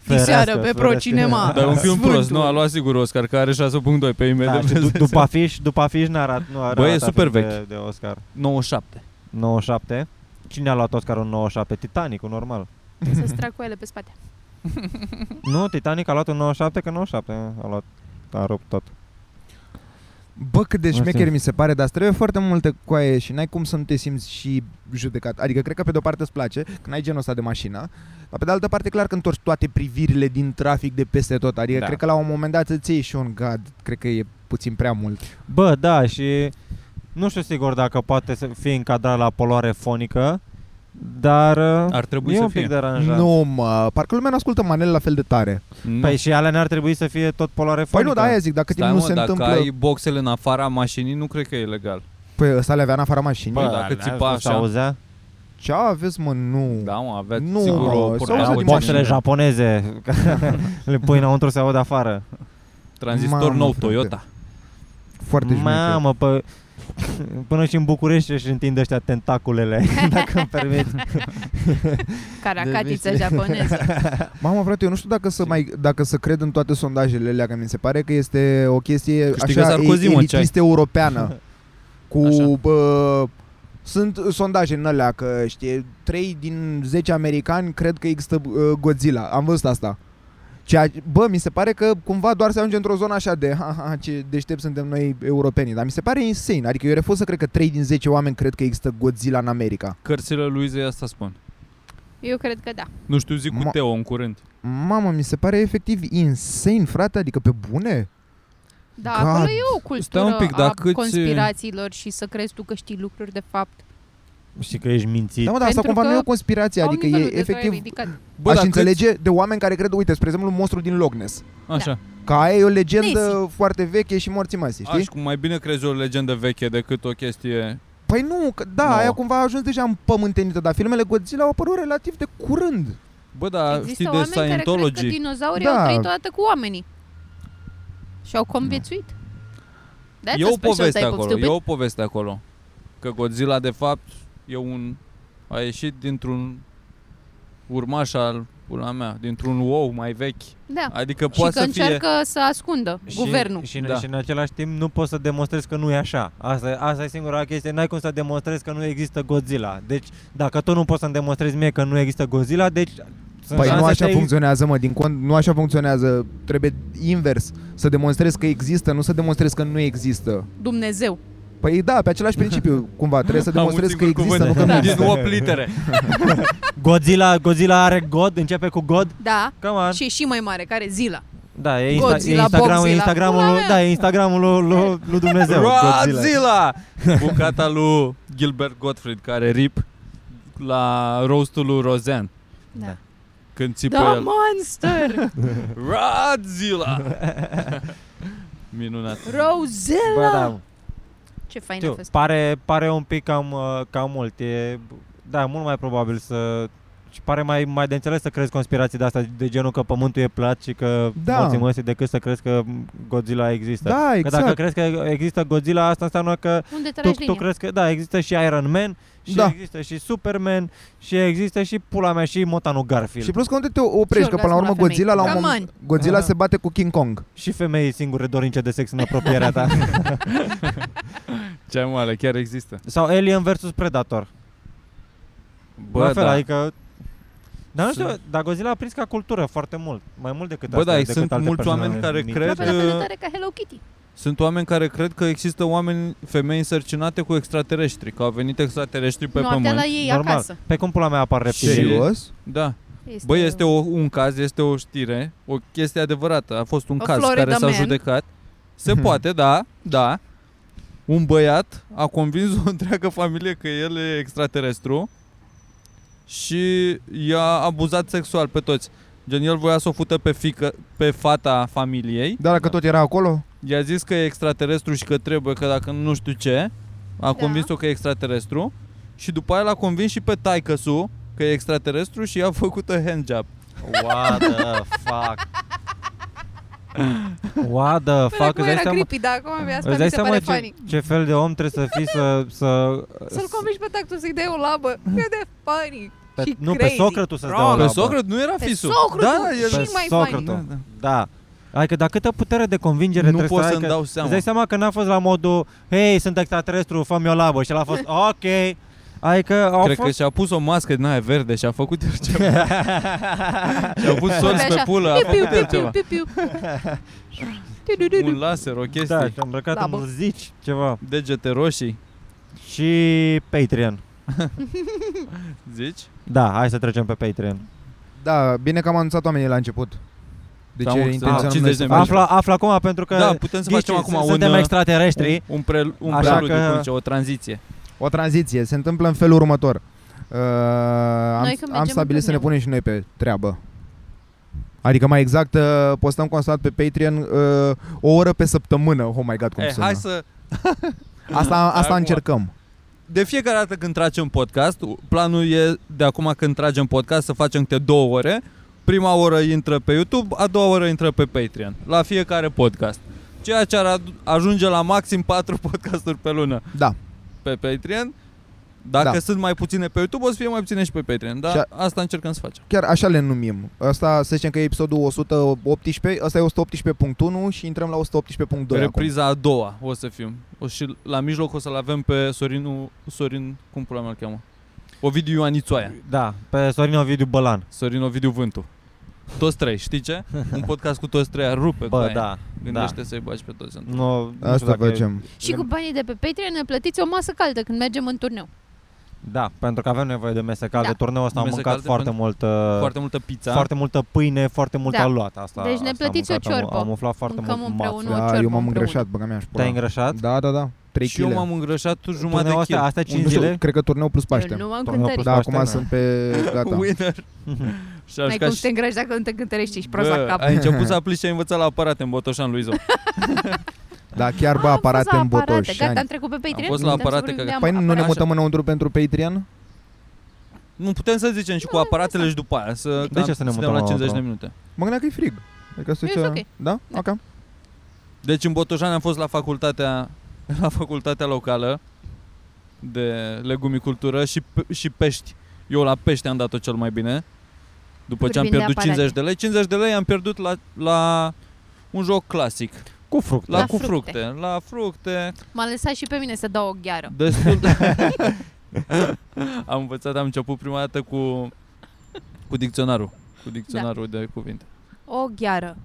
B: Ferească,
A: Diseară pe Pro
B: ferească.
A: Cinema.
C: Dar e Da, un film
A: Sfântul.
C: prost, nu? A luat sigur Oscar, care are 6.2 pe IMDb.
B: Da, și du- după afiș, după afiș n-a arat, nu arată
C: Bă, e super
B: De,
C: vechi.
B: de Oscar.
C: 97.
B: 97. Cine a luat Oscarul în 97? Titanicul, normal.
A: Să-ți trag cu ele pe spate.
B: Nu, Titanic a luat în 97, că 97 a luat. A rupt tot.
D: Bă, cât de
B: Asta e.
D: șmecher mi se pare, dar îți trebuie foarte multe coaie și n-ai cum să nu te simți și judecat. Adică cred că pe de-o parte îți place, când ai genul ăsta de mașină, dar pe de altă parte clar că întorci toate privirile din trafic de peste tot. Adică
C: Da.
D: cred că la un moment dat îți iei și un gad, cred că e puțin prea mult.
B: Bă, da, și nu știu sigur dacă poate să fie încadrat la poluare fonică, dar uh,
C: Ar trebui
B: e
C: să
B: un
C: fie.
B: pic deranjat.
D: Nu mă, parcă lumea nu ascultă manele la fel de tare.
C: Nu.
B: Păi și alea n-ar trebui să fie tot poluare
D: Păi
B: fonică.
D: nu, da, aia zic, dacă timp
C: Stai,
D: nu
C: mă,
D: se
C: dacă
D: întâmplă...
C: ai boxele în afara mașinii, nu cred că e legal.
D: Păi ăsta le avea în afara mașinii.
C: Bă,
D: Bă.
C: dacă
B: alea
C: țipa
B: nu se
C: așa.
B: auzea.
D: Ce aveți, mă, nu.
C: Da, mă, avea
D: Nu,
C: sigur
D: mă,
C: o
D: s-a
C: porneală
D: auzit din
C: de
B: Boxele
D: mașină.
B: japoneze, care le pui înăuntru se aud afară.
C: Tranzistor
D: Mamă,
C: nou
D: frate.
C: Toyota.
D: Foarte șmecher.
B: Mamă, pă, până și în București își întinde ăștia tentaculele, dacă îmi permiți.
A: Caracatiță
C: Devii-
A: japoneză.
D: Mamă, frate, eu nu știu dacă să, mai, dacă să cred în toate sondajele alea, că mi se pare că este o chestie
C: Câștigă
D: așa
C: Sarkozy, mă, ce ai.
D: elitist europeană. Cu...
C: Așa.
D: Bă, sunt sondaje în alea că, știi, 3 din 10 americani cred că există bă, Godzilla. Am văzut asta. Ceea, bă, mi se pare că cumva doar se ajunge într-o zonă așa de ha, ha, ce deștept suntem noi europenii, dar mi se pare insane. Adică eu refuz să cred că 3 din 10 oameni cred că există Godzilla în America.
C: Cărțile lui Izei asta spun.
A: Eu cred că da.
C: Nu știu, zic cu
D: Ma-
C: Teo în curând.
D: Mamă, mi se pare efectiv insane, frate, adică pe bune?
A: Da,
D: God.
A: acolo e o cultură
C: Stai un pic,
A: a
C: dacă ți-
A: conspirațiilor și să crezi tu că știi lucruri de fapt.
B: Și că ești mințit.
D: Da, mă, dar asta
A: Pentru
D: cumva
A: că
D: nu e o conspirație,
A: Au
D: adică
A: nivelul
D: e
A: de trai
D: efectiv...
A: ridicat.
C: Bă,
D: aș
C: dar
D: înțelege de oameni care cred, uite, spre exemplu, monstru din Loch Ness.
C: cât- Așa.
D: Ca aia e o legendă
A: Nessie.
D: foarte veche și morții masi, Da. știi?
C: Aș cum mai bine crezi o legendă veche decât o chestie...
D: Păi nu, că, da,
C: Nouă.
D: aia cumva a ajuns deja împământenită, dar filmele Godzilla au apărut relativ de curând.
C: Bă, dar
A: Există
C: știi de
A: oameni care cred că
C: Scientology?
A: dinozaurii
D: Da.
A: au trăit odată cu oamenii. Și au conviețuit. That's
C: Da. E
A: a
C: o
A: special
C: poveste
A: type of
C: acolo,
A: stupid.
C: e o poveste acolo. Că Godzilla, de fapt, e un... A ieșit dintr-un urmaș al pula mea, dintr-un ou mai vechi.
A: Da.
C: Adică
A: Și
C: poate
A: că
C: să fie...
A: încearcă să ascundă guvernul.
B: Și, și,
C: Da.
B: da. și în același timp nu poți să demonstrezi că nu e așa. Asta, asta e singura chestie. N-ai cum să demonstrezi că nu există Godzilla. Deci, dacă tu nu poți să-mi demonstrezi mie că nu există Godzilla, deci... sunt
D: Păi nu
B: șanse
D: așa
B: să-
D: funcționează, mă, din cont, nu așa funcționează. Trebuie invers, să demonstrezi că există, nu să demonstrezi că nu există.
A: Dumnezeu.
D: Păei da, pe același principiu, cumva, trebuie să
C: Am un
D: demonstrezi că
C: singur
D: există, nu
C: cuvânt
D: că nu
A: Da.
C: din
D: există.
C: 8 litere.
B: Godzilla, Godzilla are God, începe cu God.
A: Da.
B: Come on.
A: Și e și mai mare, care zila.
B: Da, e, Insta-
A: Godzilla,
B: e Instagram,
A: Boxzilla.
B: e Instagramul,
A: Pula
B: lui,
A: mea!
B: da, e Instagramul lui, lui, lui Dumnezeu. Godzilla.
C: Godzilla! Bucata lui Gilbert Gottfried, care rip la roastul lui Rozan.
A: Da.
C: Când țipă
A: The
C: el.
A: Da, monster!
C: Godzilla! Minunat.
A: Rosella!
B: Bă, da,
A: Ce fain a
B: știu,
A: fost.
B: pare, pare un pic cam, uh, cam mult. E, da, mult mai probabil să... Și pare mai, mai de înțeles să crezi conspirații de asta de genul că pământul e plat și că
D: Da.
B: morții măsii decât să crezi că Godzilla există.
D: Da,
B: Că dacă
D: exact.
B: crezi că există Godzilla, asta înseamnă că
A: Unde
B: tu,
A: tragi
B: tu
A: linia?
B: crezi că, da, există și Iron Man, și
D: Da.
B: există și Superman, și există și pula mea și Motanul Garfield.
D: Și
B: Și,
D: plus că unde te oprești,
A: Și
D: că până la urmă
A: orgasmul la femei.
D: Godzilla, la un
A: Come
D: moment, Godzilla
B: Ah.
D: se bate cu King Kong.
B: și femei singure dorince de sex în apropierea ta.
C: Ce mare, chiar există.
B: Sau Alien vs Predator.
C: Bă,
B: la fel,
C: da.
B: adică... Dar nu știu,
C: Sunt-
B: dar Godzilla a prins ca cultură foarte mult, mai mult decât
C: Bă,
B: asta,
C: da,
B: decât
C: sunt
B: alte
C: mulți
B: persoane
C: oameni care
B: mici.
A: La
C: cred-
A: fel de tare ca Hello Kitty.
C: Sunt oameni care cred că există oameni, femei însărcinate cu extraterestri, că au venit extraterestri pe
A: Noaptea
C: pământ.
A: la ei
B: Normal.
A: acasă.
B: Pe cum pula mea apar reptilii?
D: Serios?
C: Da. Bă, este o, un caz, este o știre, o chestie adevărată. A fost un
A: O
C: caz
A: Florida
C: care s-a
A: Man.
C: judecat. Se poate, da, da. Un băiat a convins o întreagă familie că el e extraterestru și i-a abuzat sexual pe toți. Gen, el voia să o fută pe, fică, pe fata familiei.
D: Dar dacă tot era acolo?
C: I-a zis că e extraterestru și că trebuie, că dacă nu știu ce, a
A: Da.
C: convins-o că e extraterestru și după aia l-a convins și pe taicăsu că e extraterestru și i-a făcut a handjob.
B: What the fuck? What the
A: Până
B: fuck?
A: acum păi, era
B: Îți dai seama,
A: creepy, dar acum abia asta mi
B: îți dai
A: se pare
B: seama
A: funny.
B: ce, ce fel de om trebuie să fii să... să
A: Să-l convingi pe tactul să-i dai o labă. Cât de funny.
B: Mm. pe,
A: și
B: nu, pe
A: crazy.
B: socrătul să-ți dea
C: Pe
B: o labă.
C: Socrat nu era
A: Pe
C: fisul.
A: socru,
C: da,
A: tu,
C: el...
B: Pe
A: și mai
B: Socrătul.
A: funny.
C: Da, da.
B: Da. Adică dar câtă putere de convingere
C: Nu
B: trebuie
C: pot
B: să ai
C: să-mi
B: că-
C: dau
B: Îți
C: seama.
B: dai seama că n-a fost la modul Hei, sunt extraterestru, fă-mi o labă Și el a fost ok Adică au
C: Cred că
B: fost
C: și-a pus o mască din aia verde și a făcut el ceva. și-a pus solți
A: Așa,
C: pe pulă, a
A: Piu, piu,
C: făcut el
A: piu,
C: ceva.
A: piu, piu, piu.
C: Un laser, o chestie.
B: Da, și-am îmbrăcat
A: Labă.
B: în zici ceva
C: Degete roșii,
B: Și Patreon
C: zici?
B: Da, hai să trecem pe Patreon
D: Da, bine că am anunțat oamenii la început. De
C: Am
D: ce
C: înțeles.
D: intenționăm
C: Ah, 50
D: noi
C: de
D: să
C: mii.
D: facem?
B: Afla, afla acum pentru că
C: da, putem să
B: ghici,
C: facem acum
B: su-
C: un,
B: Suntem
C: uh,
B: extraterestri
C: un, un, prel, un
B: Așa
C: preludiu,
B: că-
C: cum zice, o tranziție.
D: O tranziție se întâmplă în felul următor. Uh, am,
A: Noi când
D: am
A: mergem
D: stabilit să ne
A: împreună.
D: punem și noi pe treabă. Adică mai exact, uh, postăm constant pe Patreon uh, o oră pe săptămână. Oh my god, cum
C: E,
D: sună.
C: Eh, hai să...
D: Asta, asta
C: Acum.
D: încercăm.
C: De fiecare dată când tragem podcast, planul e de acum când tragem podcast să facem câte două ore. Prima oră intră pe YouTube, a doua oră intră pe Patreon, la fiecare podcast. Ceea ce ar adu- ajunge la maxim 4 podcasturi pe lună
D: Da.
C: pe Patreon Dacă
D: Da.
C: sunt mai puține pe YouTube, o să fie mai puține și pe Patreon, dar
D: Și
C: asta încercăm să facem.
D: Chiar așa le numim. Asta să zicem că e episodul 118, asta e 118.1 și intrăm la 118.2 acum.
C: Repriza a doua o să fim. O și la mijloc o să-l avem pe Sorinu, Sorin, cum pula mea îl cheamă? Ovidiu Ioanițoaia.
B: Da, pe Sorin Ovidiu Bălan.
C: Sorin Ovidiu Vântu. Toți trei, știi ce? Un podcast cu toți trei ar rupe cu
B: Bă,
C: aia.
B: da,
C: Gândește să-i bagi pe toți într-un.
B: nu, nu știu
D: Asta
B: dacă-
D: facem.
A: Și cu banii de pe Patreon ne plătiți o masă caldă când mergem în turneu.
B: Da, pentru că avem nevoie de mese calde.
A: Da.
B: Turneul ăsta am
C: Mese
B: mâncat
C: calde
B: foarte
C: pentru-
B: mult, uh,
C: Foarte multă
D: Da.
C: pizza.
B: foarte multă pâine, foarte mult
A: Da.
B: aluat. Asta,
A: Deci ne
B: asta am
A: plătiți o
B: mâncat, am-
A: ciorbă.
B: Am umflat foarte
A: Mâncăm
B: mult
A: împreună.
B: mafia.
A: o
D: Da, eu
A: ciorbă
D: m-am
A: împreună.
D: îngrășat, băga mea și pula.
B: Te-ai îngrășat?
D: Da, da, da. 3
C: Și eu m-am îngrășat tu jumătate
B: Turneul
C: de
B: ăsta,
C: kil.
B: astea 5 zile?
D: Cred că turneu plus
A: Eu
D: Paște.
A: nu m-am
B: Turneu
A: cântărit.
B: plus
D: Da, acum
B: Paște,
D: sunt pe...
B: da.
D: Gata.
C: Winner. și
A: N-ai cum
C: aș
A: să te îngrăști dacă nu te cântărești, ești prost la cap.
C: Ai început să aplici și ai învățat la aparate în Botoșan, Luizo.
D: Da, chiar bă,
A: Ah, am fost
D: aparate
A: la
D: în
A: aparate.
D: Botoșani.
A: Gata, am trecut pe Patreon.
C: fost la
A: Am
C: aparate,
A: vorbit
C: că-
A: de
D: Păi nu ne
C: Așa.
A: aparate.
D: mutăm înăuntru pentru Patreon?
C: Nu putem să zicem și cu
A: Nu,
C: aparatele și după aia. Să,
B: De ce să ne
C: suntem
B: mutăm
C: la
B: la
C: 50 de
B: altro?
C: minute.
D: Mă gândeam că e frig. Adică se
A: E,
D: duce-
A: it's
D: Da? Ok.
C: Deci în Botoșani am fost la facultatea, la facultatea locală de legumicultură și, pe- și pești. Eu la pești am dat-o cel mai bine. După ce
A: Vorbim
C: am
A: de
C: pierdut
A: aparate.
C: 50 de lei, 50 de lei am pierdut la, la un joc clasic.
B: Cu fructe.
C: La,
A: La
C: cu fructe.
A: fructe. Da.
C: La fructe.
A: M-a lăsat și pe mine să dau o gheară.
C: Destul de... am învățat, am început prima dată cu, cu dicționarul. Cu dicționarul
A: Da.
C: de cuvinte.
A: O gheară.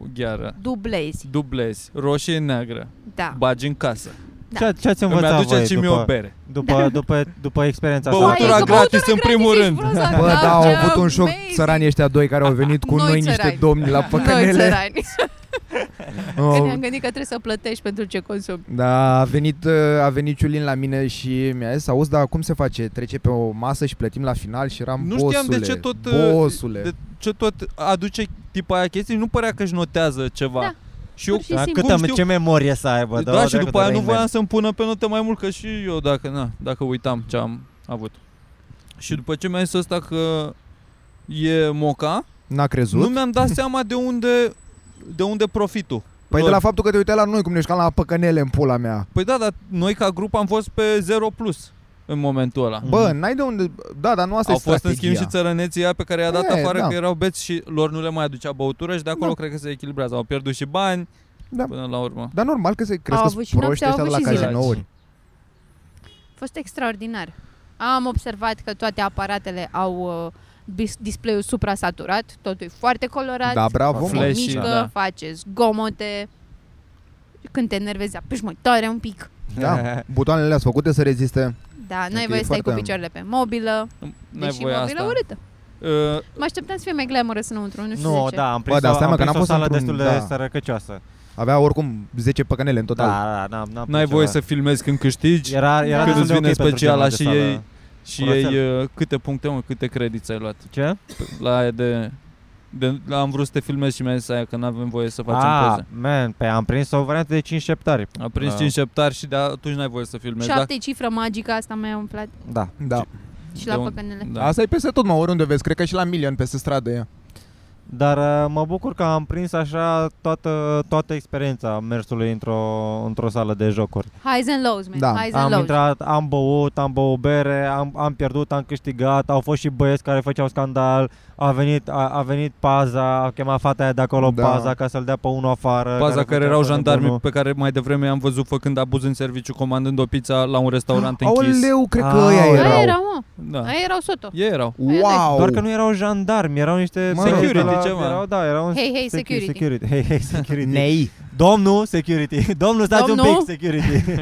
C: O Gheară.
A: Dublezi.
C: Dublezi. Roșie neagră.
A: Da.
C: Bagi în casă.
A: Da.
B: Ce, ce ați
C: Îmi
B: învățat voi
C: aduceți și mie o
B: după,
C: bere.
B: după, după, după experiența
C: Băutura
B: asta?
A: Hai, că
C: gratis, în primul
A: ești
C: rând.
A: prost la
D: Bă,
A: cap,
D: da, au
A: ce
D: avut un șoc
A: amazing.
D: țăranii ăștia doi care au venit cu
A: Noi
D: noi niște
A: țărani.
D: domni la
A: Noi
D: păcănele.
A: țărani. Că
D: Oh,
A: ne-am gândit că trebuie să plătești pentru ce consumi.
D: Da, a venit, uh, a venit Ciulin la mine și mi-a zis, auzi, dar cum se face? Trece pe o masă și plătim la final și eram
C: Nu
D: bosule,
C: știam de ce tot, uh,
D: Bosule.
C: de- Ce tot aduce tipa aia chestii, nu părea că își notează ceva.
A: Da.
C: Și eu,
A: Pur și
B: Da,
A: Cum
B: cât am,
C: știu?
B: ce memorie să aibă.
C: da, și
B: dracu,
C: după aia
B: de
C: nu
B: imen.
C: voiam să-mi pună pe notă mai mult, că și eu dacă, na, dacă uitam ce am avut. Și după ce mi-a zis ăsta că e moca,
D: N-a crezut?
C: nu mi-am dat seama de unde, de unde profitul.
D: Păi de
C: Lor.
D: la faptul că te uitai la noi cum ne jucam la păcănele în pula mea.
C: Păi da, dar noi ca grup am fost pe 0 plus în momentul ăla.
B: Mhm.
D: Bă, n-ai de unde... Da, dar nu asta
C: Au
D: e
C: fost în
D: strategia.
C: schimb și țărăneții aia pe care i-a dat
D: E,
C: afară
D: da.
C: că erau beți și lor nu le mai aducea băutură și de acolo
D: Da.
C: cred că se echilibrează. Au pierdut și bani
D: Da.
C: până la urmă.
D: Dar normal că se crezi
A: Au avut
D: că sunt
A: și nopți,
D: proști
A: au
D: ăștia de la
A: avut și
B: zile.
D: cazinouri.
A: A fost extraordinar. Am observat că toate aparatele au uh, bis- display-ul supra-saturat, totul e foarte colorat,
D: Da, bravo.
A: se
B: Flash.
D: mă.
C: flashy,
A: mișcă,
C: da.
A: face zgomote. Când te enervezi, apeși mai tare un pic.
D: Da, butoanele le-ați făcute să reziste.
A: Da,
D: Ok,
A: n-ai voie să stai cu
D: foarte-
A: picioarele pe mobilă,
C: N-ai
A: deși
C: voie
A: mobila
C: asta.
A: urâtă.
C: Uh,
A: Mă așteptam să fie mai glamurous înăuntru, nu știu
B: Nu,
A: de ce.
B: da, am prins,
D: dar
B: o,
D: stai, mă,
B: am
D: că
B: prins
D: n-am
B: o
D: fost
B: sală destul
D: într-un-
B: de
D: da.
B: sărăcăcioasă.
D: Avea oricum 10 păcănele în total.
B: Da, da, n-am, n-am
C: n-ai
B: pus
C: voie
B: ceva.
C: să filmezi când câștigi era,
B: Era, era
A: Când
B: destul
C: îți
B: de
C: vine
B: ok pentru
C: speciala
B: genul de
C: și
B: sală.
C: ei- și
B: Curățel.
C: ei uh, câte puncte, mă, câte credite ai luat.
B: Ce?
C: La aia de, de, la am vrut să te filmez și mi-a zis aia că n-avem voie să facem
B: Ah,
C: poze.
B: man, pe am prins o variantă de 5 șeptari.
C: A prins
B: Da.
C: 5 șeptari și de atunci n-ai voie să filmezi. da?
A: Șapte cifră magică, asta mi-a umplat
B: Da.
D: Da.
A: și
C: De
A: la
C: un-
A: păcănele.
C: Da.
D: da. Asta e peste tot, mă, oriunde vezi. Cred că și la Million peste stradă e.
B: Dar uh, mă bucur că am prins așa toată, toată experiența mersului într-o, într-o sală de jocuri.
A: Highs and lows, man.
D: Da,
A: Highs and
B: Am
A: lows.
B: intrat, am băut, am băut bere, am, am pierdut, am câștigat, au fost și băieți care făceau scandal, a venit, a, a venit paza, a chemat fata aia de acolo
D: Da.
B: paza ca să-l dea pe unul afară.
C: Paza care
B: făcea
C: erau
B: pe
C: jandarmii
B: nebunul.
C: pe care mai devreme am văzut făcând abuz în serviciu, comandând o pizza la un restaurant închis.
D: Aoleu, cred că
B: Ah, Aoleu.
D: ăia
A: Aia
D: erau.
A: erau, mă.
C: Da.
A: Aia erau soto.
C: Ei erau.
D: Wow!
B: Doar că nu erau jandarmi, erau niște...
D: Mă,
B: security,
C: security, ceva.
B: Erau, da, erau
A: Hey, hey,
B: secu-
A: security.
B: security. Hey, hey, security.
D: Nei.
B: Domnul security. Domnul, stați un
A: Domnul?
B: pic security.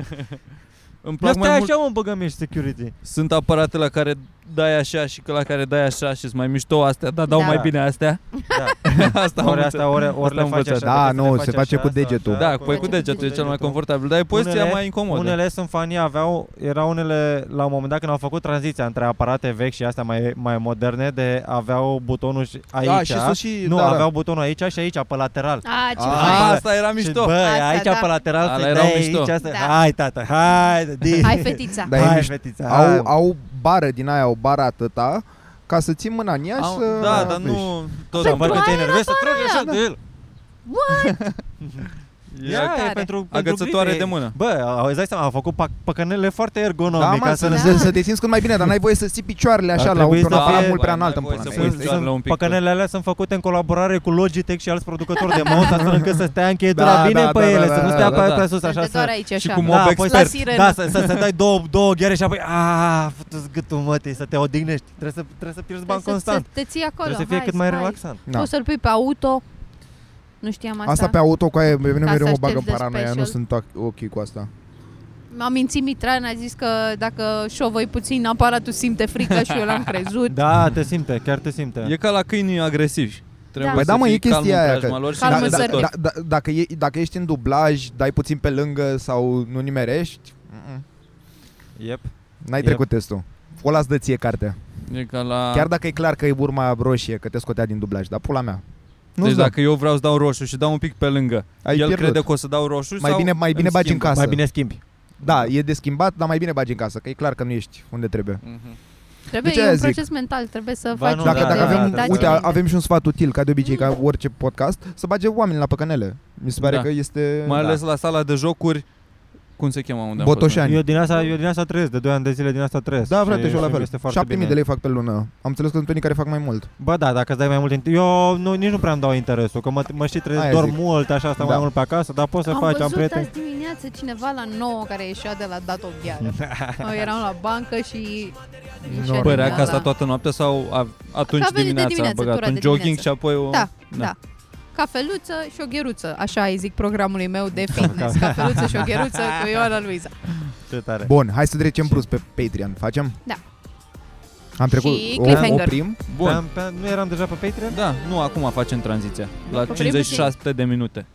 C: Îmi
B: Nu
C: plac mai
B: stai
C: mult.
B: așa, mă, băgăm ești security.
C: Sunt aparate la care dai așa și că la care dai așa și sunt mai mișto astea, dar dau
A: Da.
C: mai bine astea.
B: Da.
C: asta am
B: Ori
C: înțeles.
B: asta, ori, ori
C: Asta
B: le
C: am
B: face
C: învățat.
B: așa.
D: Da,
B: dacă
D: nu,
B: le
D: se
B: faci
D: face
B: așa,
D: cu
B: asta,
D: degetul.
B: așa,
C: Da, cu, cu
A: cu
C: degetul e cel mai
B: degetul.
C: confortabil, dar e poziția
B: Unele-
C: mai incomodă.
B: Unele sunt fanii aveau, erau unele, la un moment dat când au făcut tranziția între aparate vechi și astea mai, mai moderne, de aveau butonul și aici.
D: Da, și sunt și...
B: nu,
D: da,
B: aveau butonul aici și aici, pe lateral.
A: A, ce
D: Ah.
A: fain.
C: A, Da. asta era
B: Și,
C: mișto.
B: bă,
A: Asta,
B: aici
A: da.
B: pe lateral
C: Ala
B: se
C: erau
B: dai
C: mișto.
B: aici, asta.
A: Da.
B: Hai, tată, hai, di.
A: Hai, fetița.
D: Da, e
B: hai,
D: mișto.
B: fetița.
D: da.
B: hai.
D: Au, au bară din aia, o bară atâta, ca să ții mâna în ea și
C: Au-
D: să...
C: da, dar
D: apeși.
C: nu... Tot
B: Să văd
C: am
B: că
A: Pentru
B: te
A: aia era
B: enervezi, să
A: bara
B: tragi așa
A: aia.
B: de el.
C: Era
B: Ea e
A: tare.
B: pentru, pentru
C: agățătoare
B: prieteni.
C: de mână.
B: Bă, au- îți dai seama, a făcut pac- păcănele foarte ergonomic.
D: Da, mă,
B: ca
D: să,
B: să
A: ne-
D: să, să te simți cât mai bine, dar n-ai voie să ții picioarele așa
B: Ar
D: la un
B: trebui să
D: pronafal
B: fie-
D: mult prea
C: Bă, n-ai
D: înalt în
C: voie să
D: până la
C: pui
D: mea.
B: sunt,
C: picioarele un
B: sunt,
C: pic pe-
B: păcănele alea sunt făcute în colaborare cu Logitech și alți producători de mouse, astfel încât să stea încheietura
D: Da,
B: bine
D: da,
B: pe
D: da,
B: ele,
D: da,
B: să nu
D: da,
B: stea
C: da,
B: pe aia
C: da.
B: prea sus,
A: Așa,
B: așa
A: doar
B: să...
A: aici
C: și
A: așa.
C: cu
B: Da,
C: mob
B: apoi
C: expert.
A: La sirenă.
B: Da, să, să, să dai două, două ghere și apoi "Ah, a, fătu-ți gâtul mătii, să te odihnești. Trebuie să, trebuie să pierzi bani
A: Trebuie să-
B: constant.
A: Să te ții acolo.
B: Trebuie să fie
A: hai,
B: cât mai
A: hai.
B: relaxant.
D: Da.
A: Poți să-l pui pe auto. Nu știam asta.
D: Asta pe auto cu aia, pe mine
A: Ca
D: mereu
A: să
D: mă bagă în
A: aștepți de
D: paranoia, nu
A: special.
D: sunt toc- ok cu asta.
A: M-a mințit Mitran, a zis că dacă șovăi puțin aparatul simte frică și eu l-am crezut.
B: Da, te simte, chiar te simte.
C: E ca la câinii agresivi. Trebuie
A: Păi
C: să
D: da, mă,
C: fii
D: e
C: calm
D: chestia
C: în
D: aia
C: preajma
D: că-
C: lor și
A: Calm
C: înțelegător.
A: în
D: da, da, dacă, e, dacă ești în dublaj, dai puțin pe lângă sau nu nimerești, mm-mm,
B: Yep.
D: n-ai
B: Yep.
D: trecut testul. O las de ție cartea.
C: E ca la...
D: Chiar da- dacă e clar că e urma roșie, că te scotea din dublaj, dar pula mea. Nu
C: deci dacă eu vreau să dau roșu și dau un pic pe lângă, el
D: ai pierdut.
C: crede că o să dau roșu
D: mai
C: sau
D: bine, mai bine
C: îmi
D: bagi în
C: schimbă?
D: casă.
B: Mai bine schimbi.
D: Da, e de schimbat, dar mai bine bagi în casă, că e clar că nu ești unde trebuie.
C: Mhm.
A: Trebuie,
D: de ce
A: e un
D: aia zic?
A: proces mental, trebuie să
B: Deci Ba
A: faci...
B: nu,
D: Dacă,
B: da,
D: dacă
B: da,
D: avem,
B: da, da,
D: uite,
B: da.
D: avem și un sfat util, ca de obicei, ca orice podcast, să bage oameni la păcănele. Mi se pare
C: Da.
D: că este...
C: Mai
B: Da.
C: ales la sala de jocuri, cum se cheamă unde am
D: Botoșani.
B: Eu din, asta, eu din asta trăiesc, de 2 ani de zile din asta trăiesc.
D: Da, frate, și eu la
B: îmi
D: fel.
B: este
D: 7.000
B: foarte bine.
D: de lei fac pe lună. Am înțeles că sunt unii care fac mai mult.
B: Bă, da, dacă îți dai mai mult inter- Eu nu, nici nu prea îmi dau interesul, că mă, mă și trezesc
D: Aia
B: doar
D: zic.
B: mult, așa, stau mai
D: Da.
B: mult pe acasă, dar poți să
A: am
B: faci,
A: văzut
B: am prieteni.
A: azi dimineață cineva la 9 care ieșea de la dat o gheară. Noi eram la bancă și... ieșea
D: Nu,
A: din
C: Părea că
A: ala.
C: a stat toată noaptea sau a, atunci
A: Da, Că a venit de
C: dimineața, a
A: dimineață,
C: băgat
A: tura
C: un
A: de
C: jogging
A: dimineață.
C: și apoi o...
A: Da, da. Cafeluță și o gheruță. Așa îi zic programului meu de fitness. Cafeluță și o gheruță cu Ioana Luiza.
B: Ce tare.
D: Bun, hai să trecem brusc pe Patreon. Facem?
A: Da.
D: Am trecut,
A: Și
D: o,
A: cliffhanger.
D: oprim.
C: Bun.
B: Pe, pe, nu eram deja pe Patreon?
C: Da, nu acum facem tranziția. La
A: Vrei
C: 56 de minute.